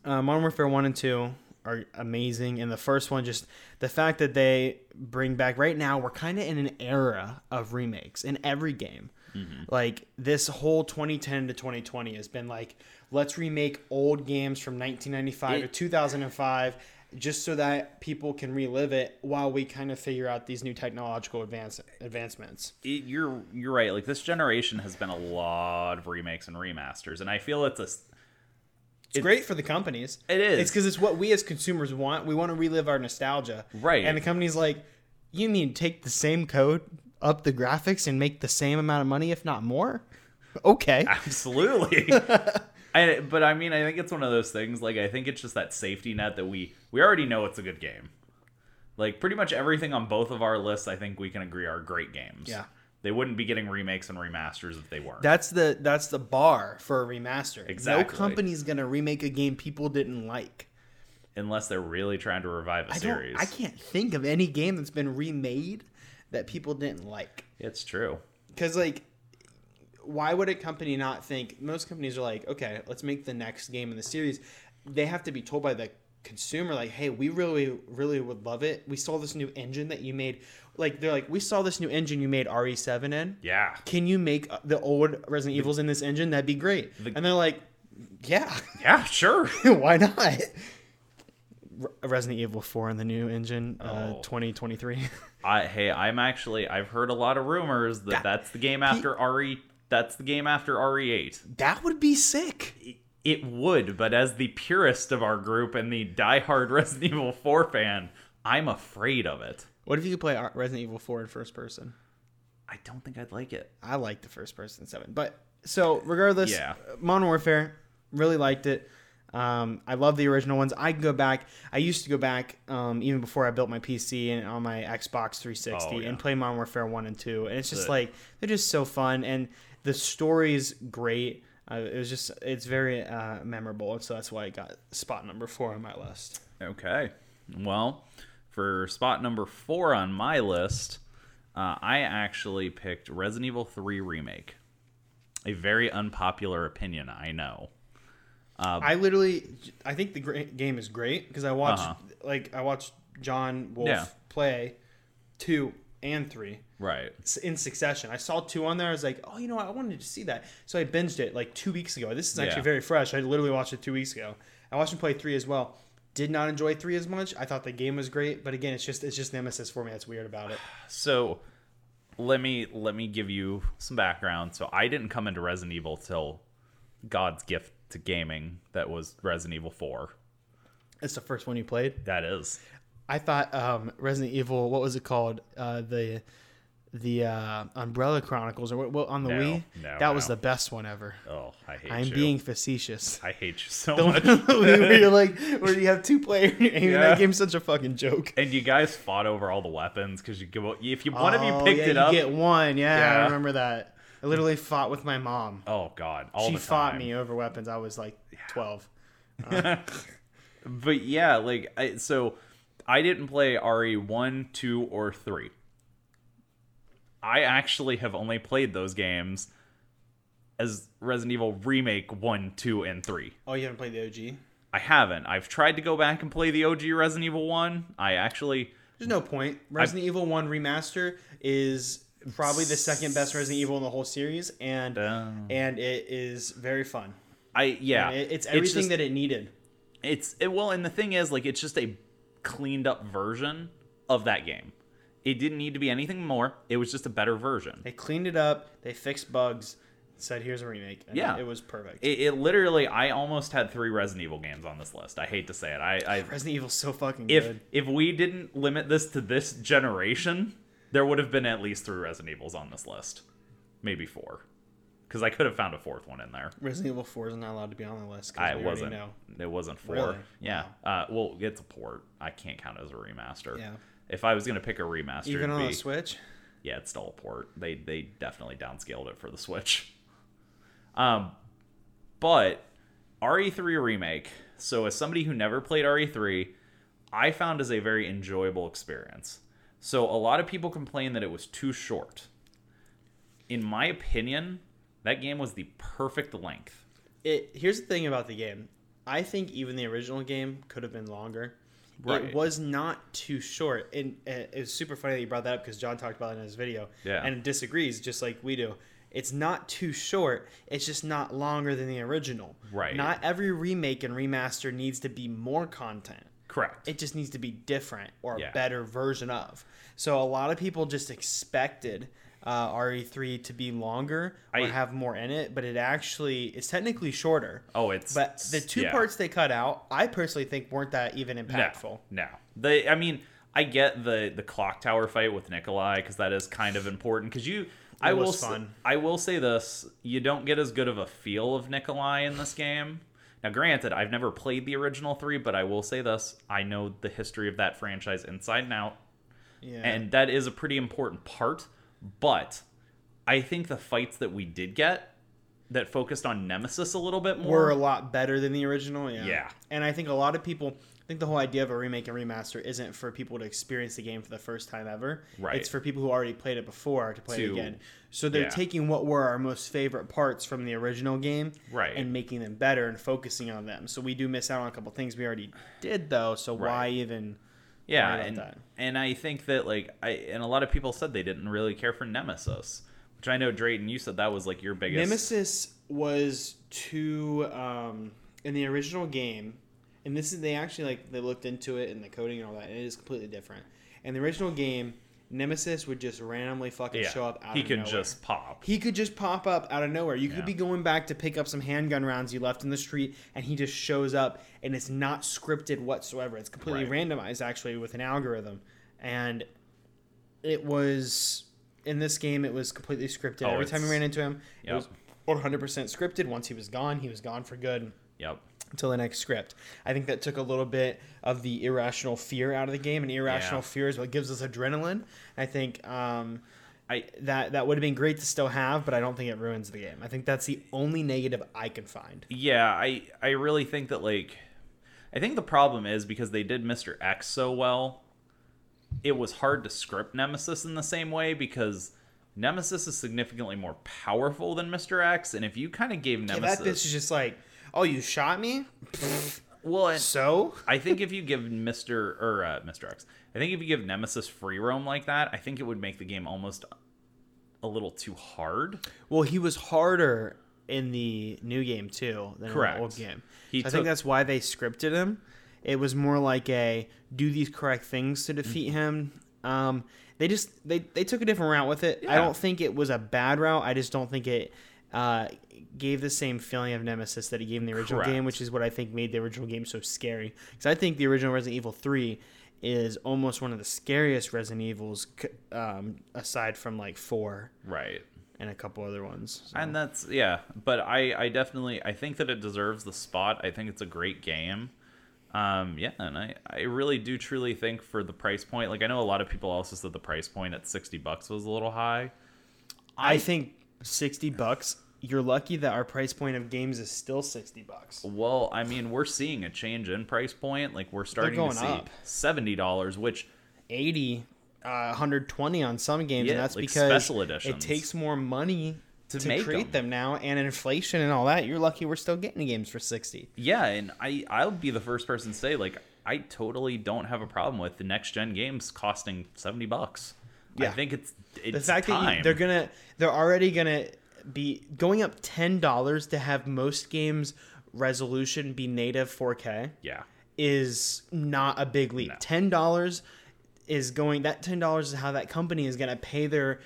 Speaker 3: uh, Modern Warfare One and Two are amazing, and the first one just the fact that they bring back right now we're kind of in an era of remakes in every game. Like this whole 2010 to 2020 has been like let's remake old games from 1995 to 2005 just so that people can relive it while we kind of figure out these new technological advance advancements.
Speaker 2: It- you're you're right. Like this generation has been a lot of remakes and remasters, and I feel it's a s-
Speaker 3: It's, great for the companies.
Speaker 2: It is.
Speaker 3: It's because it's what we as consumers want. We want to relive our nostalgia.
Speaker 2: Right.
Speaker 3: And the company's like, you mean take the same code, up the graphics, and make the same amount of money, if not more? Okay.
Speaker 2: Ah. absolutely. I, but I mean, I think it's one of those things. Like I think it's just that safety net that we we already know it's a good game. Like pretty much everything on both of our lists, I think we can agree are great games.
Speaker 3: Yeah.
Speaker 2: They wouldn't be getting remakes and remasters if they weren't.
Speaker 3: That's the that's the bar for a remaster.
Speaker 2: Exactly.
Speaker 3: No company's gonna remake a game people didn't like.
Speaker 2: unless they're really trying to revive a
Speaker 3: I
Speaker 2: series.
Speaker 3: don't. I can't think of any game that's been remade that people didn't like.
Speaker 2: It's true.
Speaker 3: Because like, why would a company not think? Most companies are like, okay, let's make the next game in the series. They have to be told by the consumer, like, hey, we really, really would love it. We saw this new engine that you made. Like, they're like, we saw this new engine you made RE7 in.
Speaker 2: Yeah.
Speaker 3: Can you make uh, the old Resident Evils in this engine? That'd be great. and they're like, yeah,
Speaker 2: Yeah. Sure.
Speaker 3: why not? Re- Resident Evil 4 in the new engine, uh,
Speaker 2: Oh.
Speaker 3: 2023.
Speaker 2: I hey, I'm actually I've heard a lot of rumors that that's the game after RE that's the game after RE8.
Speaker 3: that would be sick.
Speaker 2: It- It would, but as the purist of our group and the diehard Resident Evil 4 fan, I'm afraid of it.
Speaker 3: What if you could play Ar- Resident Evil 4 in first person?
Speaker 2: I don't think I'd like it.
Speaker 3: I like the first person seven, but so regardless,
Speaker 2: Yeah.
Speaker 3: Modern Warfare really liked it. Um, I love the original ones. I can go back. I used to go back um, even before I built my PC and on my Xbox 360
Speaker 2: Oh, yeah.
Speaker 3: and play Modern Warfare 1 and 2. And it's just
Speaker 2: The-
Speaker 3: like, they're just so fun. And the story's great. Uh, it was just, it's very uh, memorable. And so that's why I got spot number four on my list.
Speaker 2: Okay. Well, for spot number four on my list, uh, I actually picked Resident Evil 3 Remake. A very unpopular opinion, I know.
Speaker 3: I literally, I think the gra- game is great because I watched
Speaker 2: Uh-huh.
Speaker 3: like I watched John Wolf
Speaker 2: Yeah.
Speaker 3: play two and three
Speaker 2: Right.
Speaker 3: s- in succession. I saw two on there. I was like, oh, you know what? I wanted to see that, so I binged it like two weeks ago. This is actually
Speaker 2: Yeah.
Speaker 3: very fresh. I literally watched it two weeks ago. I watched him play three as well. Did not enjoy three as much. I thought the game was great, but again, it's just it's just Nemesis for me. That's weird about it.
Speaker 2: So let me let me give you some background. So I didn't come into Resident Evil till God's gift to gaming that was Resident Evil 4.
Speaker 3: It's the first one you played.
Speaker 2: That is.
Speaker 3: I thought um, Resident Evil. What was it called? Uh, the the uh, Umbrella Chronicles or what, what on the
Speaker 2: No,
Speaker 3: Wii?
Speaker 2: no,
Speaker 3: that was
Speaker 2: no.
Speaker 3: the best one ever.
Speaker 2: Oh, I hate
Speaker 3: I'm
Speaker 2: you.
Speaker 3: being facetious.
Speaker 2: I hate you so much.
Speaker 3: where you're like, where you have two players, and
Speaker 2: Yeah.
Speaker 3: that game's such a fucking joke.
Speaker 2: And you guys fought over all the weapons because you give if you one of
Speaker 3: Oh,
Speaker 2: you picked
Speaker 3: yeah,
Speaker 2: it
Speaker 3: you
Speaker 2: up.
Speaker 3: get one. Yeah,
Speaker 2: Yeah.
Speaker 3: I remember that. I literally fought with my mom.
Speaker 2: Oh God, all
Speaker 3: she
Speaker 2: the
Speaker 3: fought
Speaker 2: time.
Speaker 3: me over weapons. I was like 12.
Speaker 2: But yeah, like I, so, I didn't play RE one, two, or three. I actually have only played those games as Resident Evil Remake one, two, and three.
Speaker 3: Oh, you haven't played the OG?
Speaker 2: I haven't. I've tried to go back and play the OG Resident Evil one. I actually
Speaker 3: There's no point. Resident Evil 1 Remaster is probably the second best Resident Evil in the whole series, and
Speaker 2: Oh.
Speaker 3: and it is very fun.
Speaker 2: I yeah,
Speaker 3: It- it's everything
Speaker 2: just-
Speaker 3: that it needed.
Speaker 2: it's it, well and the thing is like it's just a cleaned up version of that game it didn't need to be anything more it was just a better version
Speaker 3: They cleaned it up. They fixed bugs. Said here's a remake. And
Speaker 2: Yeah.
Speaker 3: it was perfect.
Speaker 2: it, it literally i almost had three resident evil games on this list i hate to say it i, I
Speaker 3: Resident Evil's so fucking
Speaker 2: if
Speaker 3: good.
Speaker 2: if we didn't limit this to this generation there would have been at least three resident evils on this list maybe four because i could have found a fourth one in there
Speaker 3: Resident Evil 4 is not allowed to be on the list. 'cause
Speaker 2: I
Speaker 3: we already
Speaker 2: wasn't.
Speaker 3: know.
Speaker 2: It wasn't four.
Speaker 3: Really?
Speaker 2: Yeah. Uh, well, it's a port. I can't count it as a remaster.
Speaker 3: Yeah.
Speaker 2: If I was gonna pick a remaster,
Speaker 3: Even
Speaker 2: it'd
Speaker 3: on
Speaker 2: be,
Speaker 3: the Switch.
Speaker 2: yeah, it's still a port. They they definitely downscaled it for the Switch. Um, but RE3 remake. So as somebody who never played RE3, I found is a very enjoyable experience. So a lot of people complain that it was too short. In my opinion, that game was the perfect length.
Speaker 3: It here's the thing about the game. I think even the original game could have been longer.
Speaker 2: Right.
Speaker 3: It was not too short, and uh, it was super funny that you brought that up because John talked about it in his video.
Speaker 2: Yeah.
Speaker 3: And disagrees just like we do. It's not too short. It's just not longer than the original.
Speaker 2: Right.
Speaker 3: Not every remake and remaster needs to be more content.
Speaker 2: Correct.
Speaker 3: it just needs to be different or a
Speaker 2: Yeah.
Speaker 3: better version of. So a lot of people just expected uh, RE3 to be longer or
Speaker 2: I-
Speaker 3: have more in it, but it actually is technically shorter.
Speaker 2: Oh, it's
Speaker 3: But the two
Speaker 2: yeah.
Speaker 3: parts they cut out, I personally think weren't that even impactful.
Speaker 2: No, no. They, I mean, I get the the clock tower fight with Nikolai because that is kind of important. Because you, I will,
Speaker 3: was
Speaker 2: s-
Speaker 3: fun.
Speaker 2: I will say this: you don't get as good of a feel of Nikolai in this game. Now, granted, I've never played the original three, but I will say this: I know the history of that franchise inside and out,
Speaker 3: Yeah.
Speaker 2: and that is a pretty important part. But I think the fights that we did get that focused on Nemesis a little bit more
Speaker 3: were a lot better than the original. Yeah.
Speaker 2: Yeah.
Speaker 3: And I think a lot of people I think the whole idea of a remake and remaster isn't for people to experience the game for the first time ever.
Speaker 2: Right.
Speaker 3: It's for people who already played it before to play it
Speaker 2: To-
Speaker 3: again. So they're
Speaker 2: yeah.
Speaker 3: taking what were our most favorite parts from the original game
Speaker 2: Right.
Speaker 3: and making them better and focusing on them. So we do miss out on a couple things we already did though, so why
Speaker 2: Right.
Speaker 3: even
Speaker 2: Yeah,
Speaker 3: Right on
Speaker 2: and,
Speaker 3: that.
Speaker 2: and I think that like I and a lot of people said they didn't really care for Nemesis, which I know Drayton, you said that was like your biggest.
Speaker 3: Nemesis was too um, in the original game, and this is they actually like they looked into it and the coding and all that, and it is completely different. In the original game, Nemesis would just randomly fucking
Speaker 2: yeah,
Speaker 3: show up out
Speaker 2: he
Speaker 3: of
Speaker 2: could
Speaker 3: nowhere.
Speaker 2: just pop.
Speaker 3: he could just pop up out of nowhere. You
Speaker 2: Yeah.
Speaker 3: could be going back to pick up some handgun rounds you left in the street, and he just shows up, and it's not scripted whatsoever. It's completely
Speaker 2: Right.
Speaker 3: randomized, actually, with an algorithm. And it was in this game, it was completely scripted.
Speaker 2: Oh,
Speaker 3: Every time you
Speaker 2: it's-
Speaker 3: ran into him,
Speaker 2: Yep.
Speaker 3: it was 100% scripted. Once he was gone, he was gone for good.
Speaker 2: Yep.
Speaker 3: until the next script. I think that took a little bit of the irrational fear out of the game, and irrational
Speaker 2: Yeah.
Speaker 3: fear is what gives us adrenaline. I think um,
Speaker 2: I-
Speaker 3: that that would have been great to still have, but I don't think it ruins the game. I think that's the only negative I can find.
Speaker 2: yeah i i really think that like i think the problem is because they did mr x so well it was hard to script nemesis in the same way because nemesis is significantly more powerful than mr x and if you kind of gave
Speaker 3: Yeah,
Speaker 2: nemesis
Speaker 3: that bitch is just like, oh, you shot me,
Speaker 2: well and
Speaker 3: so
Speaker 2: i think if you give mr or uh, mr x i think if you give nemesis free roam like that i think it would make the game almost a little too hard
Speaker 3: Well, he was harder in the new game too than in
Speaker 2: Correct.
Speaker 3: the old game.
Speaker 2: He
Speaker 3: So I think
Speaker 2: took-
Speaker 3: that's why they scripted him. It was more like a do these correct things to defeat
Speaker 2: Mm-hmm.
Speaker 3: him. Um, they just they they took a different route with it. I
Speaker 2: Yeah.
Speaker 3: don't think it was a bad route. I just don't think it uh, gave the same feeling of Nemesis that it gave in the original
Speaker 2: Correct.
Speaker 3: game, which is what I think made the original game so scary. Because I think the original Resident Evil Three is almost one of the scariest Resident Evils, c- um, aside from like four
Speaker 2: right
Speaker 3: and a couple other ones. so.
Speaker 2: and that's yeah but i i definitely i think that it deserves the spot i think it's a great game um yeah and i i really do truly think for the price point like i know a lot of people also said the price point at 60 bucks was a little high
Speaker 3: I think sixty bucks. You're lucky that our price point of games is still sixty bucks.
Speaker 2: well i mean we're seeing a change in price point like we're starting
Speaker 3: going
Speaker 2: to see
Speaker 3: up.
Speaker 2: $70 which
Speaker 3: Eighty, uh, 120 on some games,
Speaker 2: Yeah,
Speaker 3: and that's
Speaker 2: like
Speaker 3: because
Speaker 2: special
Speaker 3: it
Speaker 2: editions.
Speaker 3: takes more money to,
Speaker 2: To make
Speaker 3: create them. now, and inflation and all that. You're lucky we're still getting games for sixty.
Speaker 2: yeah and i i'll be the first person to say like i totally don't have a problem with the next gen games costing 70 bucks
Speaker 3: Yeah.
Speaker 2: i think it's it's
Speaker 3: The fact
Speaker 2: time.
Speaker 3: that you, they're gonna, they're already gonna be going up ten dollars to have most games resolution be native 4K.
Speaker 2: yeah
Speaker 3: is not a big leap.
Speaker 2: No.
Speaker 3: Ten dollars is going that ten dollars is how that company is gonna pay their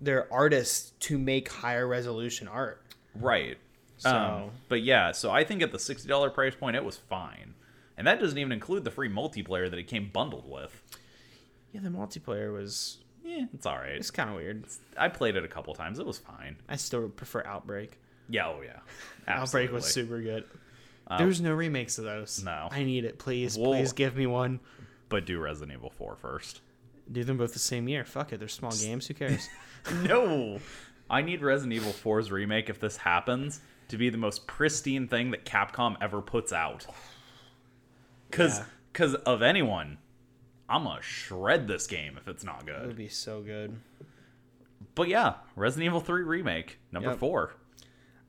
Speaker 3: their artists to make higher resolution art.
Speaker 2: Right.
Speaker 3: So-
Speaker 2: Um, but yeah, so I think at the sixty dollar price point, it was fine, and that doesn't even include the free multiplayer that it came bundled with.
Speaker 3: Yeah, the multiplayer was
Speaker 2: Yeah, it's all right.
Speaker 3: it's kind of weird.
Speaker 2: I played it a couple times. It was fine.
Speaker 3: I still prefer Outbreak.
Speaker 2: Yeah. Oh yeah.
Speaker 3: Outbreak was
Speaker 2: Absolutely. Um,
Speaker 3: super good. There's no remakes of those.
Speaker 2: No.
Speaker 3: I need it, please.
Speaker 2: Well-
Speaker 3: please give me one.
Speaker 2: But do Resident Evil Four first.
Speaker 3: Do them both the same year. Fuck it. They're small games. Who cares?
Speaker 2: no. I need Resident Evil 4's remake if this happens to be the most pristine thing that Capcom ever puts out. Cause,
Speaker 3: Yeah.
Speaker 2: 'cause of anyone, I'm gonna shred this game if it's not
Speaker 3: it
Speaker 2: good.
Speaker 3: would be so good.
Speaker 2: But yeah, Resident Evil 3 remake, number
Speaker 3: Yep.
Speaker 2: 4.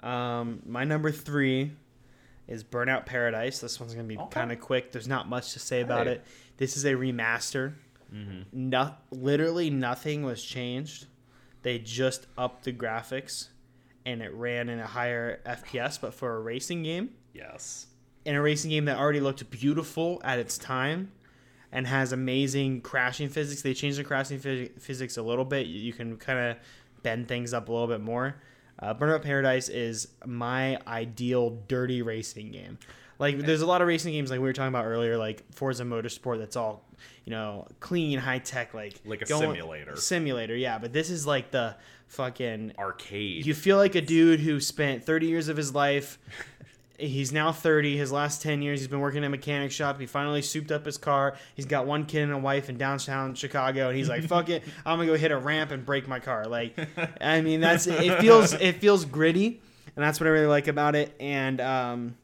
Speaker 3: Um, my number three is Burnout Paradise. This one's gonna be
Speaker 2: Okay.
Speaker 3: kind of quick. There's not much to say about
Speaker 2: Hey. Mm-hmm.
Speaker 3: it. This is a remaster. No, literally nothing was changed. They just upped the graphics, and it ran in a higher FPS. But for a racing game,
Speaker 2: Yes.
Speaker 3: in a racing game that already looked beautiful at its time and has amazing crashing physics. They changed the crashing phys- physics a little bit. You you can kind of bend things up a little bit more. Uh, Burnout Paradise is my ideal dirty racing game. Like, there's a lot of racing games like we were talking about earlier, like Forza Motorsport, that's all, you know, clean, high tech, like
Speaker 2: Like a simulator.
Speaker 3: Simulator, yeah. But this is like the fucking
Speaker 2: Arcade.
Speaker 3: you feel like a dude who spent 30 years of his life. He's now 30. His last 10 years, he's been working in a mechanic shop. He finally souped up his car. He's got one kid and a wife in downtown Chicago, and he's like, "Fuck it, I'm gonna go hit a ramp and break my car." Like, I mean, that's it feels it feels gritty, and that's what I really like about it. And um,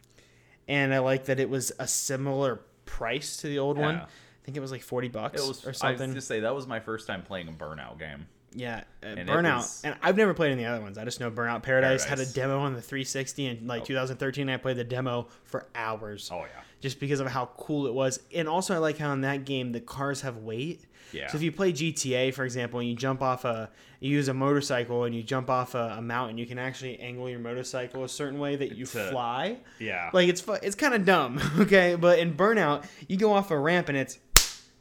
Speaker 3: and I like that it was a similar price to the old one.
Speaker 2: Yeah.
Speaker 3: I think it was like 40 bucks
Speaker 2: it was,
Speaker 3: or
Speaker 2: I
Speaker 3: something.
Speaker 2: was just say that was my first time playing a Burnout game.
Speaker 3: Yeah, uh,
Speaker 2: it
Speaker 3: Burnout.
Speaker 2: was-
Speaker 3: And I've never played any other ones. I just know Burnout Paradise, had a
Speaker 2: Paradise.
Speaker 3: demo on the 360 in like 2013. I played the demo for hours
Speaker 2: Oh yeah.
Speaker 3: just because of how cool it was. And also, I like how in that game the cars have weight.
Speaker 2: Yeah.
Speaker 3: So if you play GTA, for example, and you jump off a, you use a motorcycle and you jump off a, a mountain, you can actually angle your motorcycle a certain way that you
Speaker 2: To-
Speaker 3: fly.
Speaker 2: Yeah.
Speaker 3: Like it's fu- it's kind of dumb, okay? But in Burnout, you go off a ramp and it's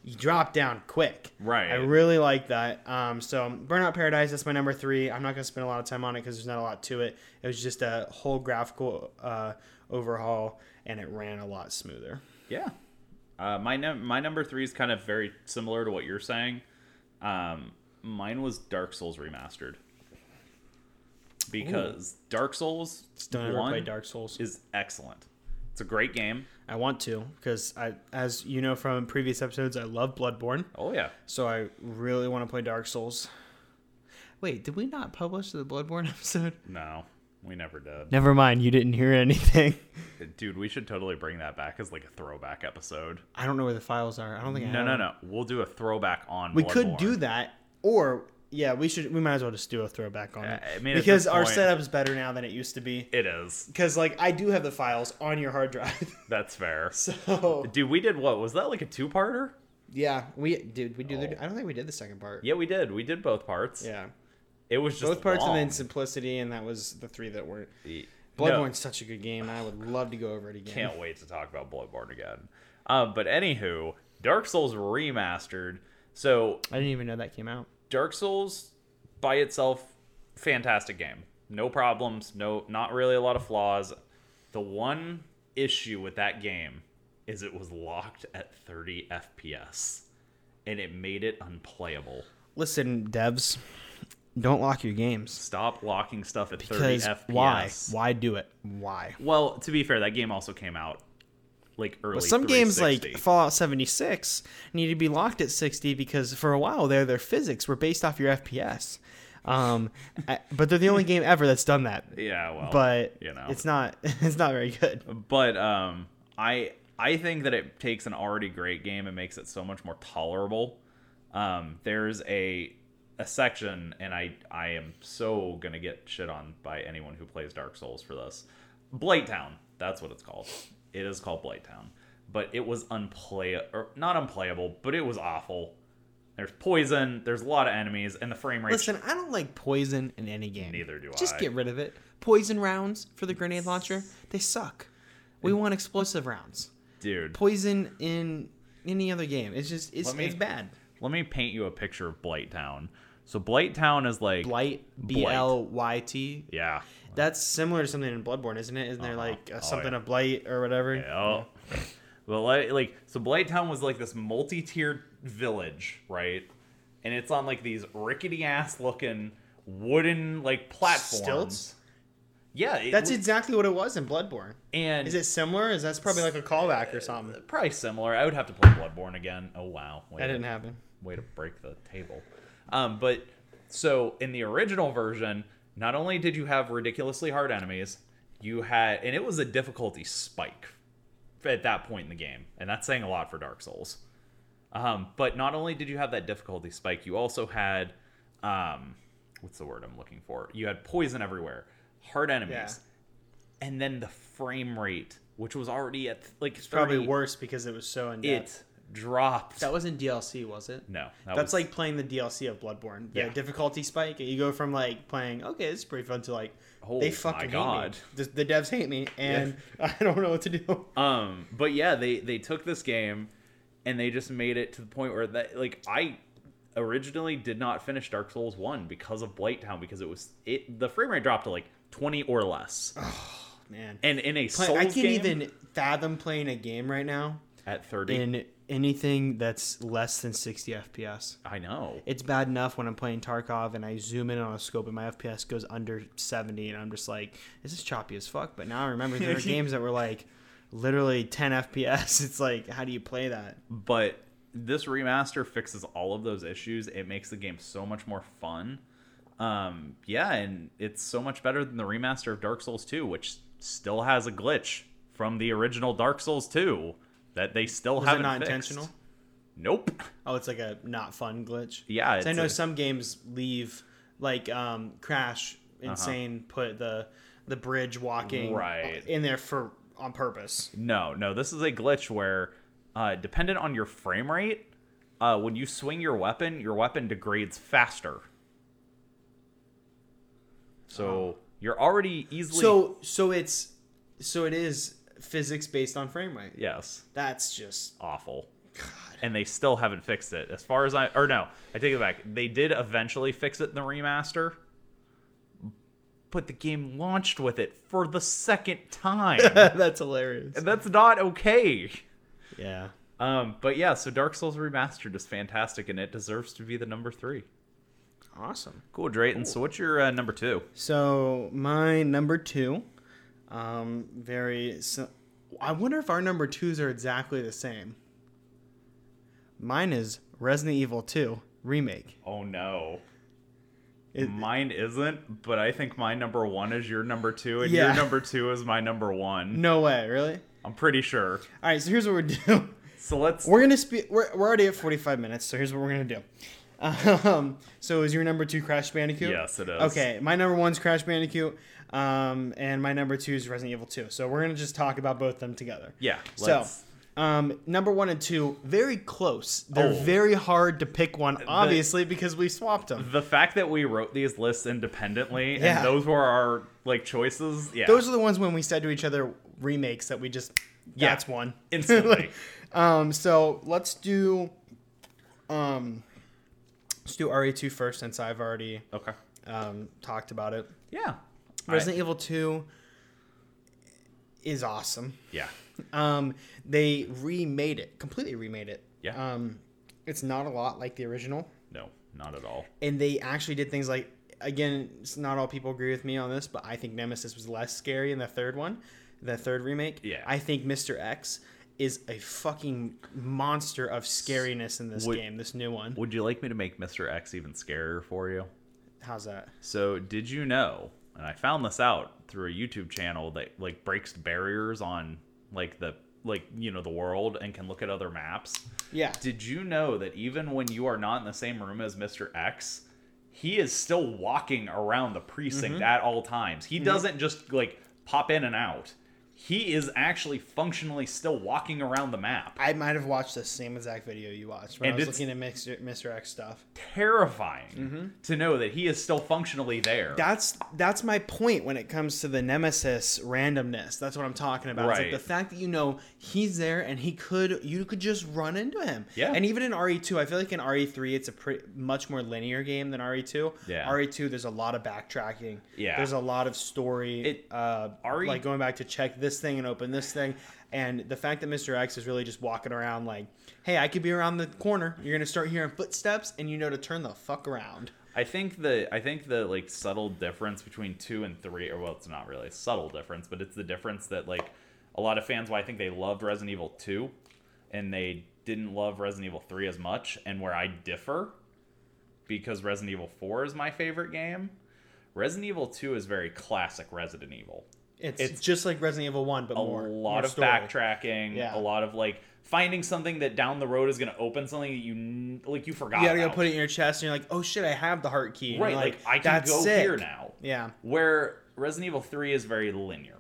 Speaker 3: you drop down quick.
Speaker 2: Right.
Speaker 3: I really like that. Um, so Burnout Paradise, that's my number three. I'm not gonna spend a lot of time on it because there's not a lot to it. It was just a whole graphical uh, overhaul, and it ran a lot smoother.
Speaker 2: yeah. Uh, my num- my number three is kind of very similar to what you're saying. Um, mine was Dark Souls remastered because Dark Souls
Speaker 3: Don't ever
Speaker 2: one
Speaker 3: play Dark Souls.
Speaker 2: is excellent. It's It's a great game.
Speaker 3: I want to because I, as you know from previous episodes, I love Bloodborne,
Speaker 2: Oh yeah.
Speaker 3: so I really want to play Dark Souls. Wait, did we not publish the Bloodborne episode?
Speaker 2: No, we never did. Uh,
Speaker 3: Never mind, you didn't hear anything.
Speaker 2: Dude, we should totally bring that back as like a throwback episode.
Speaker 3: I don't know where the files are. I don't think I
Speaker 2: No,
Speaker 3: have
Speaker 2: no,
Speaker 3: them.
Speaker 2: no. We'll do a throwback on.
Speaker 3: We
Speaker 2: Bloodborne.
Speaker 3: could do that, or yeah, we should. We might as well just do a throwback on it
Speaker 2: I mean, at
Speaker 3: because
Speaker 2: this
Speaker 3: our
Speaker 2: point-
Speaker 3: setup's better now than it used to be.
Speaker 2: It is.
Speaker 3: Because like I do have the files on your hard drive,
Speaker 2: That's fair.
Speaker 3: so
Speaker 2: Dude, we did what? Was that like a two-parter?
Speaker 3: yeah, we did. We do.
Speaker 2: Oh.
Speaker 3: The, I don't think we did the second part.
Speaker 2: Yeah, we did. We did both parts.
Speaker 3: Yeah,
Speaker 2: It was just
Speaker 3: both parts
Speaker 2: long.
Speaker 3: and then simplicity, and that was the three that weren't.
Speaker 2: The-
Speaker 3: Bloodborne's
Speaker 2: No,
Speaker 3: such a good game. I would love to go over it again.
Speaker 2: can't wait to talk about Bloodborne again. Um, but anywho, Dark Souls remastered. So
Speaker 3: I didn't even know that came out.
Speaker 2: Dark Souls by itself, fantastic game. No problems, no not really a lot of flaws. The one issue with that game is it was locked at 30 FPS and it made it unplayable.
Speaker 3: Listen, devs, don't lock your games
Speaker 2: Stop locking stuff at 30
Speaker 3: because
Speaker 2: FPS.
Speaker 3: why? Why do it? Why?
Speaker 2: Well, to be fair, that game also came out like early
Speaker 3: But some games like
Speaker 2: 360.
Speaker 3: Fallout 76 need to be locked at 60 because for a while there, their physics were based off your FPS. Um, I- but they're the only game ever that's done that.
Speaker 2: Yeah, well,
Speaker 3: But
Speaker 2: you know.
Speaker 3: it's not it's not very good.
Speaker 2: but um i i think that it takes an already great game and makes it so much more tolerable um there's a a section and i i am so gonna get shit on by anyone who plays dark souls for this blight town that's what it's called it is called blight town but it was unplay or not unplayable but it was awful there's poison there's a lot of enemies and the frame rate
Speaker 3: Listen, I don't like poison in any game.
Speaker 2: Neither do
Speaker 3: Just
Speaker 2: I.
Speaker 3: get rid of it. Poison rounds for the grenade launcher, they suck. We want explosive rounds.
Speaker 2: dude
Speaker 3: Poison in any other game, it's just it's,
Speaker 2: Let me-
Speaker 3: it's bad.
Speaker 2: let me paint you a picture of blight town so blight town is like
Speaker 3: Blight, B L Y T.
Speaker 2: yeah
Speaker 3: That's similar to something in Bloodborne, isn't it? Isn't there
Speaker 2: Uh-huh.
Speaker 3: like
Speaker 2: Oh,
Speaker 3: uh, something
Speaker 2: yeah.
Speaker 3: of blight or whatever?
Speaker 2: Yeah. Well, like, like so Blight Town was like this multi-tiered village, right? And it's on like these rickety ass looking wooden like platforms.
Speaker 3: Stilts.
Speaker 2: Yeah, it
Speaker 3: That's
Speaker 2: was-
Speaker 3: exactly what it was in Bloodborne.
Speaker 2: And
Speaker 3: Is it similar? Is that's probably Uh, like a callback or something?
Speaker 2: probably similar? I would have to play Bloodborne again. Oh wow, Wait
Speaker 3: That
Speaker 2: a
Speaker 3: didn't happen.
Speaker 2: way to break the table. Um, but so in the original version, not only did you have ridiculously hard enemies, you had, and it was a difficulty spike at that point in the game, and that's saying a lot for Dark Souls. Um, but not only did you have that difficulty spike, you also had, um, what's the word I'm looking for? You had poison everywhere, hard enemies, and then the frame rate, which was already at like it's
Speaker 3: Probably worse because it was so in depth.
Speaker 2: It dropped.
Speaker 3: That wasn't DLC, was it?
Speaker 2: no,
Speaker 3: That's
Speaker 2: was-
Speaker 3: like playing the DLC of Bloodborne. The
Speaker 2: Yeah.
Speaker 3: difficulty spike. You go from like playing, okay, this is pretty fun, to like,
Speaker 2: Oh
Speaker 3: they
Speaker 2: my
Speaker 3: fucking
Speaker 2: God.
Speaker 3: hate me. The, the devs hate me, and I don't know what to do.
Speaker 2: Um, but yeah, they they took this game and they just made it to the point where that like I originally did not finish Dark Souls 1 because of Blight Town because it was it the frame rate dropped to like 20 or less.
Speaker 3: Man,
Speaker 2: And in a
Speaker 3: Play-
Speaker 2: Souls
Speaker 3: I can't
Speaker 2: game
Speaker 3: even fathom playing a game right now
Speaker 2: at 30
Speaker 3: in anything that's less than 60 FPS.
Speaker 2: I know.
Speaker 3: It's bad enough when I'm playing Tarkov and I zoom in on a scope and my FPS goes under 70 and I'm just like, this is choppy as fuck. But now I remember there were games that were like literally 10 FPS. It's like, how do you play that?
Speaker 2: But this remaster fixes all of those issues. It makes the game so much more fun. Um, yeah, and it's so much better than the remaster of Dark Souls 2, which still has a glitch from the original Dark Souls 2 that they still
Speaker 3: Was it
Speaker 2: haven't
Speaker 3: not
Speaker 2: fixed.
Speaker 3: intentional?
Speaker 2: Nope.
Speaker 3: Oh, it's like a not fun glitch.
Speaker 2: Yeah,
Speaker 3: 'Cause I
Speaker 2: it's
Speaker 3: know
Speaker 2: a-
Speaker 3: some games leave like um, Crash
Speaker 2: Uh-huh.
Speaker 3: Insane put the the bridge walking
Speaker 2: Right.
Speaker 3: in there for on purpose.
Speaker 2: No, no, this is a glitch where, uh, dependent on your frame rate, uh, when you swing your weapon, your weapon degrades faster. So you're already easily.
Speaker 3: Oh. So so it's so it is physics based on frame rate.
Speaker 2: yes,
Speaker 3: That's just
Speaker 2: awful. And they still haven't fixed it. As far as I, or no, I take it back. They did eventually fix it in the remaster, but the game launched with it for the second time.
Speaker 3: that's hilarious.
Speaker 2: and that's not okay.
Speaker 3: Yeah.
Speaker 2: Um, but yeah, so Dark Souls Remastered is fantastic, and it deserves to be the number three.
Speaker 3: Awesome.
Speaker 2: Cool, Drayton. So what's your uh, number two?
Speaker 3: So my number two, um, very. So, I wonder if our number twos are exactly the same. Mine is Resident Evil 2 remake.
Speaker 2: Oh no.
Speaker 3: It-
Speaker 2: mine isn't, but I think my number one is your number two, and
Speaker 3: Yeah.
Speaker 2: your number two is my number one.
Speaker 3: No way, really?
Speaker 2: I'm pretty sure.
Speaker 3: All right, so here's what we're doing.
Speaker 2: So let's.
Speaker 3: We're gonna speak. We're, we're already at 45 minutes, so here's what we're gonna do. Um, so is your number two Crash Bandicoot?
Speaker 2: Yes, it is.
Speaker 3: Okay, my number one's Crash Bandicoot, um, and my number two is Resident Evil 2. So we're gonna just talk about both of them together.
Speaker 2: Yeah.
Speaker 3: So,
Speaker 2: Let's,
Speaker 3: um, number one and two, very close. They're
Speaker 2: Oh.
Speaker 3: very hard to pick one, obviously, because we swapped them.
Speaker 2: the fact that we wrote these lists independently
Speaker 3: Yeah.
Speaker 2: and those were our like choices. Yeah.
Speaker 3: Those are the ones when we said to each other remakes that we just.
Speaker 2: Yeah.
Speaker 3: That's one.
Speaker 2: instantly.
Speaker 3: Um, so let's do, um, let's do RE2 first since I've already
Speaker 2: okay.
Speaker 3: um, talked about it.
Speaker 2: Yeah.
Speaker 3: Resident Evil 2 is awesome.
Speaker 2: I- yeah.
Speaker 3: Um, they remade it, completely remade it.
Speaker 2: Yeah.
Speaker 3: Um, it's not a lot like the original,
Speaker 2: No, not at all.
Speaker 3: and they actually did things like again, it's not all people agree with me on this, but I think Nemesis was less scary in the third one, the third remake.
Speaker 2: Yeah.
Speaker 3: I think Mr. X is a fucking monster of scariness in this
Speaker 2: Would-
Speaker 3: game, this new one.
Speaker 2: Would you like me to make Mr. X even scarier for you?
Speaker 3: How's that?
Speaker 2: So, did you know? And I found this out through a YouTube channel that like breaks barriers on like the like you know the world and can look at other maps.
Speaker 3: Yeah.
Speaker 2: Did you know that even when you are not in the same room as Mr. X, he is still walking around the precinct at all times. He doesn't just like pop in and out. He is actually functionally still walking around the map.
Speaker 3: I might have watched the same exact video you watched when
Speaker 2: And
Speaker 3: I was
Speaker 2: it's-
Speaker 3: looking at Mr. Mr. X stuff.
Speaker 2: Terrifying to know that he is still functionally there.
Speaker 3: That's that's my point when it comes to the nemesis randomness. That's what I'm talking about. It's like
Speaker 2: Right.
Speaker 3: the fact that you know he's there and he could you could just run into him.
Speaker 2: Yeah.
Speaker 3: And even in RE2, I feel like in RE3 it's a pretty much more linear game than E RE2.
Speaker 2: Yeah.
Speaker 3: RE2 there's a lot of backtracking.
Speaker 2: Yeah.
Speaker 3: There's a lot of story
Speaker 2: It- E
Speaker 3: uh
Speaker 2: RE
Speaker 3: like going back to check this thing and open this thing and the fact that Mr. X is really just walking around like, "Hey, I could be around the corner. You're going to start hearing footsteps and you know to turn the fuck around."
Speaker 2: I think the I think the like subtle difference between two and three, or well, it's not really a subtle difference, but it's the difference that like a lot of fans why I think they loved Resident Evil two, and they didn't love Resident Evil three as much, and where I differ, because Resident Evil four is my favorite game. Resident Evil two is very classic Resident Evil.
Speaker 3: It's,
Speaker 2: It's
Speaker 3: just like Resident Evil One, but
Speaker 2: A
Speaker 3: more.
Speaker 2: lot
Speaker 3: more
Speaker 2: of
Speaker 3: story.
Speaker 2: backtracking,
Speaker 3: Yeah.
Speaker 2: a lot of like finding something that down the road is going to open something that you n- like you forgot.
Speaker 3: You gotta go
Speaker 2: about.
Speaker 3: put it in your chest, and you're like, "Oh shit, I have the heart key." And
Speaker 2: right,
Speaker 3: you're
Speaker 2: like, I can
Speaker 3: "That's
Speaker 2: go
Speaker 3: sick."
Speaker 2: here now.
Speaker 3: Yeah,
Speaker 2: where Resident Evil 3 is very linear.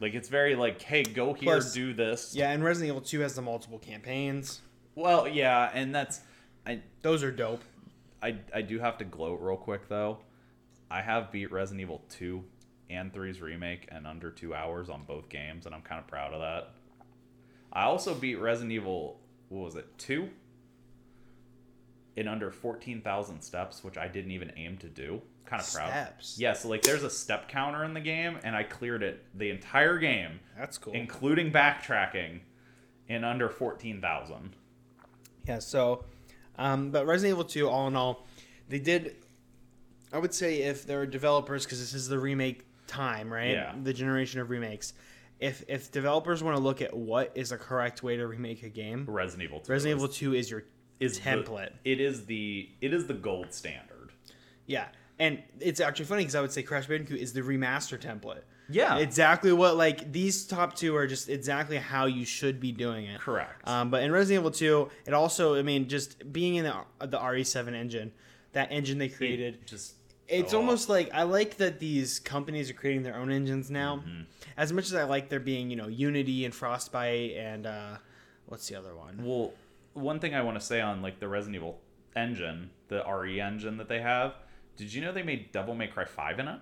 Speaker 2: Like it's very like, hey, go here,
Speaker 3: Plus-
Speaker 2: do this.
Speaker 3: yeah, and Resident Evil Two has the multiple campaigns.
Speaker 2: Well, yeah, and that's I
Speaker 3: Those are dope.
Speaker 2: I I do have to gloat real quick though. I have beat Resident Evil 2 and 3's remake in under 2 hours on both games and I'm kind of proud of that. I also beat Resident Evil what was it? 2 in under 14,000 steps, which I didn't even aim to do. Kind of proud.
Speaker 3: Steps.
Speaker 2: Yeah, so like there's a step counter in the game, and I cleared it the entire game,
Speaker 3: that's cool.
Speaker 2: including backtracking, in under fourteen thousand.
Speaker 3: Yeah, so, um, but Resident Evil 2, all in all, they did. I would say if there are developers, because this is the remake time, right?
Speaker 2: Yeah.
Speaker 3: The generation of remakes. If if developers want to look at what is the correct way to remake a game,
Speaker 2: Resident Evil. 2
Speaker 3: Resident Evil 2 is your
Speaker 2: is the-
Speaker 3: template.
Speaker 2: it is the it is the gold standard.
Speaker 3: Yeah, and it's actually funny because I would say Crash Bandicoot is the remaster template.
Speaker 2: Yeah,
Speaker 3: Exactly what like these top two are just exactly how you should be doing it.
Speaker 2: correct.
Speaker 3: Um, but in Resident Evil 2, it also I mean just being in the, the RE7 engine, that engine they
Speaker 2: It
Speaker 3: created,
Speaker 2: just
Speaker 3: it's
Speaker 2: oh,
Speaker 3: almost like I like that these companies are creating their own engines now.
Speaker 2: Mm-hmm.
Speaker 3: As much as I like there being you know Unity and Frostbite and uh, what's the other one?
Speaker 2: well. One thing I want to say on like the Resident Evil engine, the RE engine that they have. Did you know they made Devil May Cry five in it?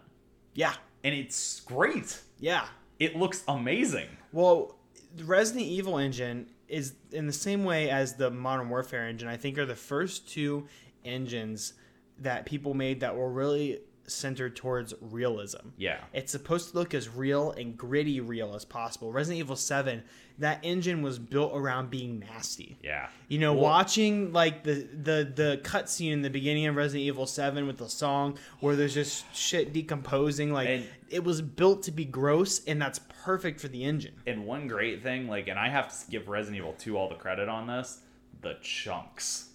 Speaker 3: Yeah,
Speaker 2: And it's great.
Speaker 3: yeah.
Speaker 2: It looks amazing.
Speaker 3: Well, the Resident Evil engine is in the same way as the Modern Warfare engine. I think are the first two engines that people made that were really centered towards realism.
Speaker 2: Yeah.
Speaker 3: It's supposed to look as real and gritty real as possible. Resident Evil 7, that engine was built around being nasty.
Speaker 2: Yeah.
Speaker 3: You know,
Speaker 2: Well-
Speaker 3: watching like the the the cutscene in the beginning of Resident Evil Seven with the song where there's just shit decomposing, like
Speaker 2: And-
Speaker 3: it was built to be gross, and that's perfect for the engine.
Speaker 2: And one great thing, like, and I have to give Resident Evil 2 all the credit on this the chunks.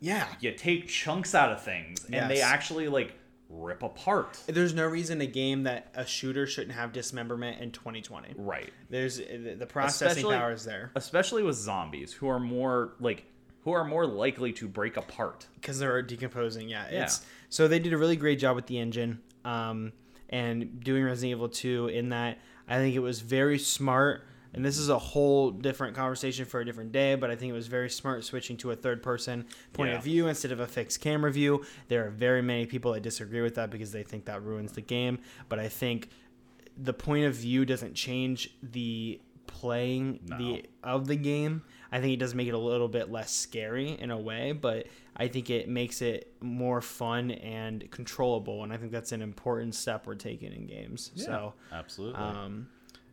Speaker 3: Yeah,
Speaker 2: You take chunks out of things, and they
Speaker 3: Yes.
Speaker 2: actually, like, rip apart.
Speaker 3: there's no reason a game that a shooter shouldn't have dismemberment in 2020.
Speaker 2: Right.
Speaker 3: There's the the processing
Speaker 2: Especially-
Speaker 3: power is there
Speaker 2: Especially with zombies, who are more, like, who are more likely to break apart.
Speaker 3: because they're decomposing. Yeah, it's so they did a really great job with the engine, um, and doing Resident Evil 2 in that I think it was very smart. And this is a whole different conversation for a different day, but I think it was very smart switching to a third person point
Speaker 2: Yeah.
Speaker 3: of view instead of a fixed camera view. There are very many people that disagree with that because they think that ruins the game, but I think the point of view doesn't change the playing the of the game. I think it does make it a little bit less scary in a way, but I think it makes it more fun and controllable, and I think that's an important step we're taking in games. So,
Speaker 2: Absolutely.
Speaker 3: um,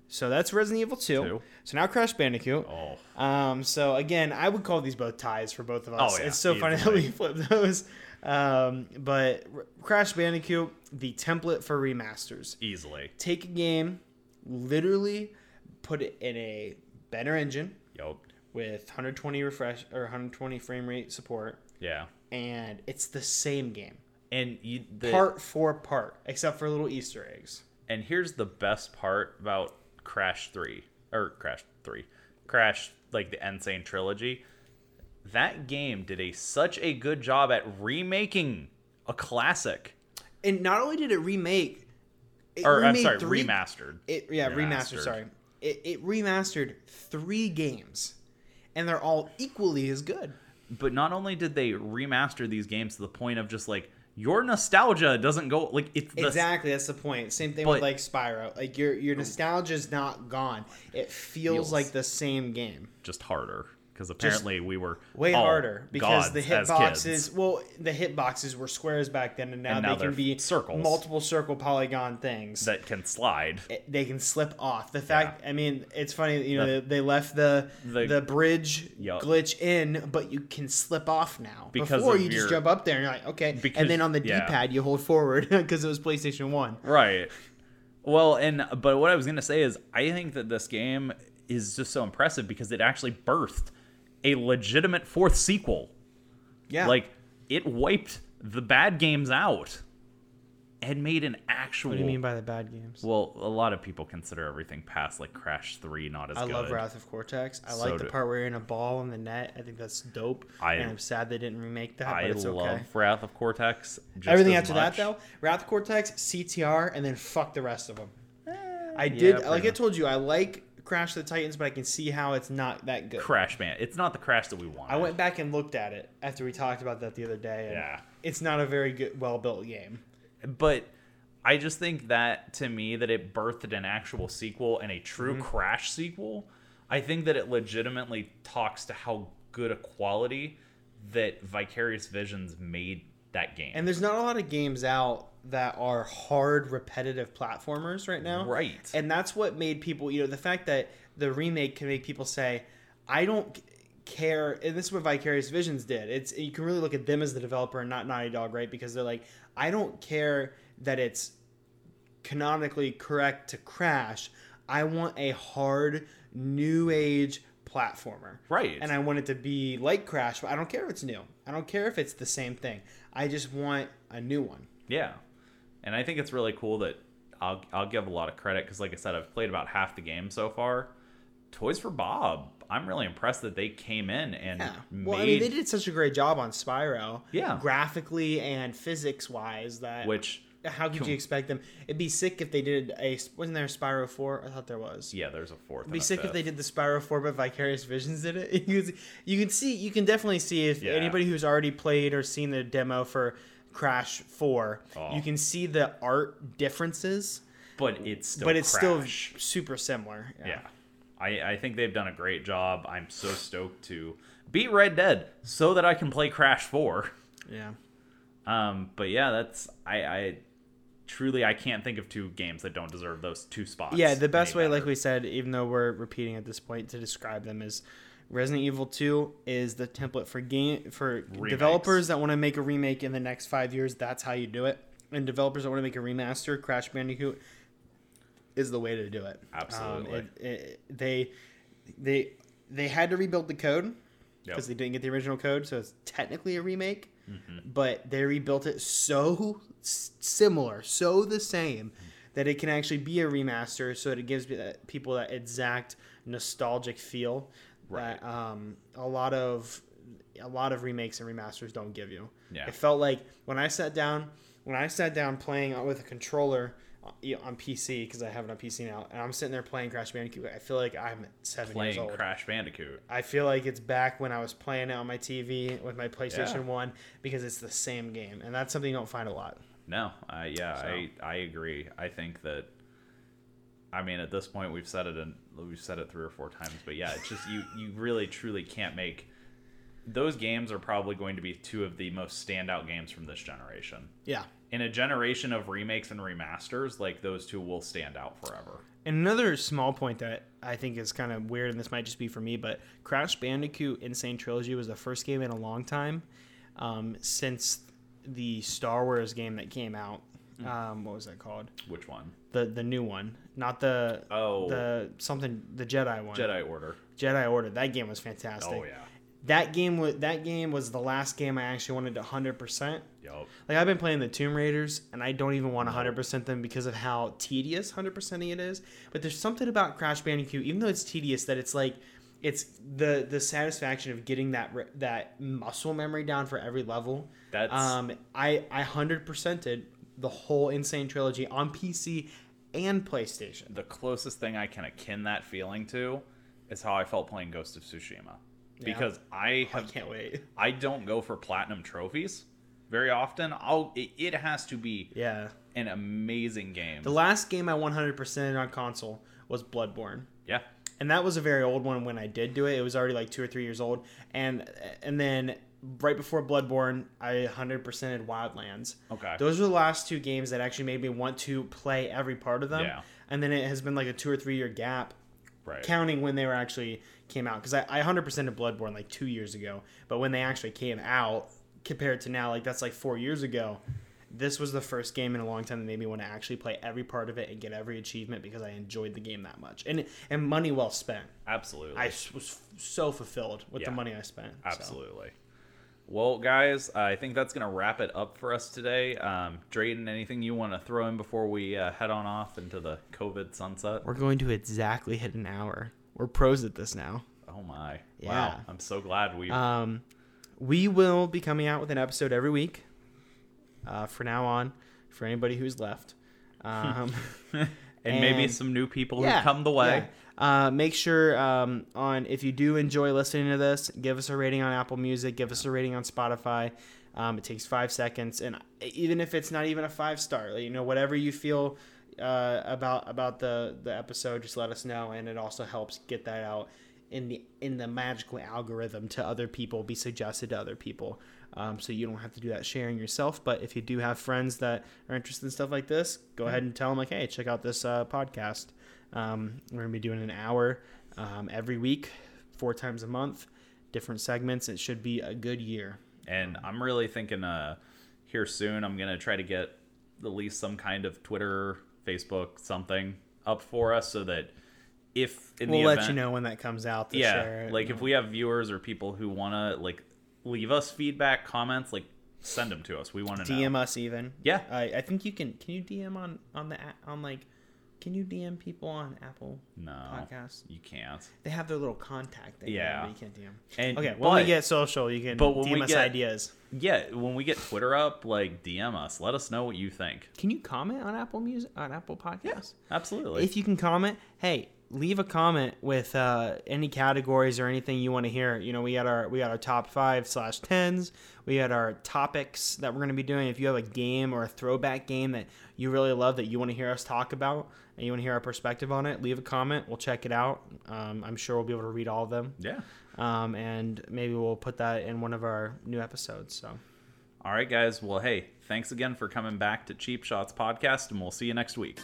Speaker 3: so that's Resident Evil Two.
Speaker 2: Two.
Speaker 3: So now Crash Bandicoot.
Speaker 2: oh.
Speaker 3: Um, so again, I would call these both ties for both of us.
Speaker 2: Oh, yeah,
Speaker 3: It's so funny that
Speaker 2: easily.
Speaker 3: we flipped those. Um, but R- Crash Bandicoot, the template for remasters
Speaker 2: Easily.
Speaker 3: take a game, literally put it in a better engine
Speaker 2: Yup.
Speaker 3: with 120 refresh or 120 frame rate support,
Speaker 2: Yeah.
Speaker 3: and it's the same game,
Speaker 2: And you, the,
Speaker 3: part for part, except for little Easter eggs.
Speaker 2: and here's the best part about Crash 3 or Crash 3 Crash like the Insane trilogy that game did a such a good job at remaking a classic
Speaker 3: And not only did it remake, it
Speaker 2: or I'm
Speaker 3: remade
Speaker 2: sorry
Speaker 3: three-
Speaker 2: remastered
Speaker 3: It yeah remastered.
Speaker 2: Remastered.
Speaker 3: Sorry, it, it remastered three games, and they're all equally as good.
Speaker 2: but not only did they remaster these games to the point of just like your nostalgia doesn't go like it's the,
Speaker 3: Exactly, that's the point. Same thing
Speaker 2: But-
Speaker 3: with like Spyro. Like your your nostalgia's not gone. It feels,
Speaker 2: Feels.
Speaker 3: like the same game.
Speaker 2: just harder because apparently we were
Speaker 3: Way
Speaker 2: all
Speaker 3: harder because
Speaker 2: Oh, gods
Speaker 3: the
Speaker 2: as
Speaker 3: hit
Speaker 2: kids.
Speaker 3: boxes. Well, the hit boxes were squares back then, and now,
Speaker 2: And now
Speaker 3: they can
Speaker 2: they're
Speaker 3: be
Speaker 2: circles.
Speaker 3: multiple circle polygon things.
Speaker 2: that can slide
Speaker 3: It- they can slip off. The fact, I mean, it's funny. You know, they, they left the
Speaker 2: The-
Speaker 3: the, bridge
Speaker 2: Yup.
Speaker 3: glitch in, but you can slip off now.
Speaker 2: Because
Speaker 3: Before
Speaker 2: of
Speaker 3: you
Speaker 2: your-
Speaker 3: just jump up there and you're like, okay,
Speaker 2: Because-
Speaker 3: and then on the
Speaker 2: yeah.
Speaker 3: D-pad you hold forward because it was PlayStation One.
Speaker 2: Right. Well, and but what I was gonna say is I think that this game is just so impressive because it actually birthed a legitimate fourth sequel.
Speaker 3: Yeah,
Speaker 2: Like it wiped the bad games out and made an actual.
Speaker 3: what do you mean by the bad games?
Speaker 2: Well, a lot of people consider everything past like Crash Three not as
Speaker 3: I
Speaker 2: good.
Speaker 3: love Wrath of Cortex. I
Speaker 2: So
Speaker 3: like the
Speaker 2: do-
Speaker 3: part where you're in a ball in the net. I think that's dope.
Speaker 2: I-
Speaker 3: and I'm sad they didn't remake that,
Speaker 2: I
Speaker 3: but it's
Speaker 2: love
Speaker 3: okay.
Speaker 2: Wrath of Cortex. Just
Speaker 3: Everything
Speaker 2: as
Speaker 3: after
Speaker 2: much.
Speaker 3: that though, Wrath of Cortex, CTR, and then fuck the rest of them. I
Speaker 2: yeah,
Speaker 3: did
Speaker 2: pretty
Speaker 3: like I
Speaker 2: much.
Speaker 3: told you, I like Crash of the Titans, but I can see how it's not that good.
Speaker 2: Crash Man. It's not the Crash that we want.
Speaker 3: I went back and looked at it after we talked about that the other day. And
Speaker 2: Yeah.
Speaker 3: It's not a very good, well built game.
Speaker 2: but I just think that to me that it birthed an actual sequel and a true
Speaker 3: Mm-hmm.
Speaker 2: crash sequel. I think that it legitimately talks to how good a quality that Vicarious Visions made that game.
Speaker 3: And there's not a lot of games out that are hard, repetitive platformers right now.
Speaker 2: Right.
Speaker 3: And that's what made people, you know, the fact that the remake can make people say, I don't c- care. And this is what Vicarious Visions did. It's You can really look at them as the developer and not Naughty Dog, right? Because they're like, I don't care that it's canonically correct to crash. I want a hard, new age platformer.
Speaker 2: Right.
Speaker 3: And I want it to be like Crash, but I don't care if it's new. I don't care if it's the same thing. I just want a new one.
Speaker 2: yeah. And I think it's really cool that I'll I'll give a lot of credit cuz like I said I've played about half the game so far. Toys for Bob. I'm really impressed that they came in and
Speaker 3: Yeah.
Speaker 2: made
Speaker 3: Well, I mean, they did such a great job on Spyro.
Speaker 2: Yeah.
Speaker 3: Graphically and physics wise, that.
Speaker 2: which
Speaker 3: How could you expect them? It'd be sick if they did a. Wasn't there a Spyro 4? I thought there was.
Speaker 2: yeah, there's a fourth.
Speaker 3: It'd be sick if they did the Spyro 4, but Vicarious Visions did it. You can, you can see, you can definitely see if
Speaker 2: Yeah.
Speaker 3: anybody who's already played or seen the demo for Crash 4,
Speaker 2: Oh.
Speaker 3: you can see the art differences,
Speaker 2: but it's still
Speaker 3: but it's
Speaker 2: Crash.
Speaker 3: still super similar.
Speaker 2: Yeah. I, I think they've done a great job. I'm so stoked to beat Red Dead so that I can play Crash 4.
Speaker 3: Yeah.
Speaker 2: Um, but yeah, that's I, I truly I can't think of two games that don't deserve those two spots.
Speaker 3: Yeah, the
Speaker 2: any
Speaker 3: best way, like
Speaker 2: better.
Speaker 3: we said, even though we're repeating at this point to describe them is Resident Evil 2 is the template for game for developers that want to make a remake in the next five years. That's how you do it. And developers that want to make a remaster, Crash Bandicoot is the way to do it. Um,
Speaker 2: Absolutely.
Speaker 3: it- it- they they they had to rebuild the code
Speaker 2: Yep.
Speaker 3: because they didn't get the original code, so it's technically a remake.
Speaker 2: Mm-hmm.
Speaker 3: But they rebuilt it so s- similar, so the same, that it can actually be a remaster. So that it gives that- people that exact nostalgic feel that um, a lot of a lot of remakes and remasters don't give you.
Speaker 2: Yeah.
Speaker 3: It felt like when I sat down when I sat down playing with a controller uh, you know, on PC because I have it on PC now, and I'm sitting there playing Crash Bandicoot. I feel like I'm seven years
Speaker 2: playing
Speaker 3: old.
Speaker 2: Crash Bandicoot.
Speaker 3: I feel like it's back when I was playing it on my TV with my PlayStation
Speaker 2: Yeah.
Speaker 3: 1 because it's the same game. And that's something you don't find a lot.
Speaker 2: No, I yeah,
Speaker 3: So.
Speaker 2: I I agree. I think that I mean at this point we've said it and we've said it three or four times, but yeah, it's just you you really truly can't make those games are probably going to be two of the most standout games from this generation.
Speaker 3: Yeah.
Speaker 2: In a generation of remakes and remasters, like those two will stand out forever.
Speaker 3: And another small point that I think is kind of weird, and this might just be for me, but Crash Bandicoot Insane Trilogy was the first game in a long time um, since the Star Wars game that came out. Um, what was that called?
Speaker 2: Which one?
Speaker 3: The the new one, not the
Speaker 2: Oh.
Speaker 3: the something the Jedi one.
Speaker 2: Jedi Order.
Speaker 3: Jedi Order. That game was fantastic.
Speaker 2: Oh yeah.
Speaker 3: That game was that game was the last game I actually wanted to hundred percent.
Speaker 2: Yup.
Speaker 3: Like I've been playing the Tomb Raiders, and I don't even want to hundred percent them because of how tedious hundred percenting it is. But there's something about Crash Bandicoot, even though it's tedious, that it's like it's the the satisfaction of getting that re- that muscle memory down for every level.
Speaker 2: That's-
Speaker 3: um, I I hundred percented the whole Insane Trilogy on PC and PlayStation.
Speaker 2: the closest thing I can akin that feeling to is how I felt playing Ghost of Tsushima. Because I
Speaker 3: I
Speaker 2: have
Speaker 3: can't wait.
Speaker 2: I don't go for platinum trophies very often. I'll it, it has to be
Speaker 3: Yeah,
Speaker 2: an amazing game.
Speaker 3: the last game I one hundred percented on console was Bloodborne.
Speaker 2: yeah.
Speaker 3: and that was a very old one when I did do it. It was already like two or three years old, and and then right before Bloodborne, I hundred percented Wildlands.
Speaker 2: Okay.
Speaker 3: Those were the last two games that actually made me want to play every part of them.
Speaker 2: Yeah.
Speaker 3: And then it has been like a two or three year gap,
Speaker 2: right.
Speaker 3: counting when they were actually came out. Because I I hundred percented Bloodborne like two years ago, but when they actually came out compared to now, like that's like four years ago. This was the first game in a long time that made me want to actually play every part of it and get every achievement because I enjoyed the game that much and and money well spent.
Speaker 2: Absolutely.
Speaker 3: I s- was f- so fulfilled with the
Speaker 2: Yeah.
Speaker 3: money I spent. so.
Speaker 2: Absolutely. Well, guys, I think that's going to wrap it up for us today. Um, Drayden, anything you want to throw in before we uh, head on off into the COVID sunset?
Speaker 3: We're going to exactly hit an hour. We're pros at this now.
Speaker 2: Oh, my.
Speaker 3: Yeah.
Speaker 2: Wow. I'm so glad we.
Speaker 3: Um, we will be coming out with an episode every week uh, for now on for anybody who's left. Um,
Speaker 2: and, maybe
Speaker 3: and-
Speaker 2: some new people
Speaker 3: yeah,
Speaker 2: who come the way.
Speaker 3: yeah. Uh, make sure um, on if you do enjoy listening to this, give us a rating on Apple Music, give us a rating on Spotify. Um, it takes five seconds, and even if it's not even a five star, you know whatever you feel uh, about about the the episode, just let us know, and it also helps get that out in the in the magical algorithm to other people, be suggested to other people. Um, so you don't have to do that sharing yourself. But if you do have friends that are interested in stuff like this, go ahead and tell them like, hey, check out this uh, podcast. Um, we're gonna be doing an hour um, every week, four times a month, different segments. It should be a good year.
Speaker 2: and
Speaker 3: Mm-hmm.
Speaker 2: I'm really thinking uh here soon I'm gonna try to get at least some kind of Twitter, Facebook, something up for us so that if in
Speaker 3: We'll
Speaker 2: the
Speaker 3: let
Speaker 2: event,
Speaker 3: you know when that comes out. to
Speaker 2: yeah,
Speaker 3: share it.
Speaker 2: like if we have viewers or people who wanna like leave us feedback, comments, like send them to us. We want to know.
Speaker 3: DM us Uh, even.
Speaker 2: Yeah.
Speaker 3: I, I think you can. Can you DM on on the a- on like? Can you DM people on Apple?
Speaker 2: No,
Speaker 3: Podcast.
Speaker 2: you can't.
Speaker 3: They have their little contact thing.
Speaker 2: Yeah.
Speaker 3: but You can't DM.
Speaker 2: And
Speaker 3: Okay, when
Speaker 2: but,
Speaker 3: we get social, you can
Speaker 2: but when
Speaker 3: DM
Speaker 2: we
Speaker 3: us
Speaker 2: get-
Speaker 3: ideas.
Speaker 2: yeah, when we get Twitter up, like DM us, let us know what you think.
Speaker 3: Can you comment on Apple Music on Apple Podcasts?
Speaker 2: Absolutely.
Speaker 3: If you can comment, hey, leave a comment with uh, any categories or anything you want to hear. You know, we got our we got our top five slash tens. We got our topics that we're going to be doing. If you have a game or a throwback game that you really love that you want to hear us talk about and you want to hear our perspective on it, leave a comment. We'll check it out. Um, I'm sure we'll be able to read all of them,
Speaker 2: yeah.
Speaker 3: um, and maybe we'll put that in one of our new episodes. So
Speaker 2: All right, guys. Well, hey, thanks again for coming back to Cheap Shots Podcast, and we'll see you next week.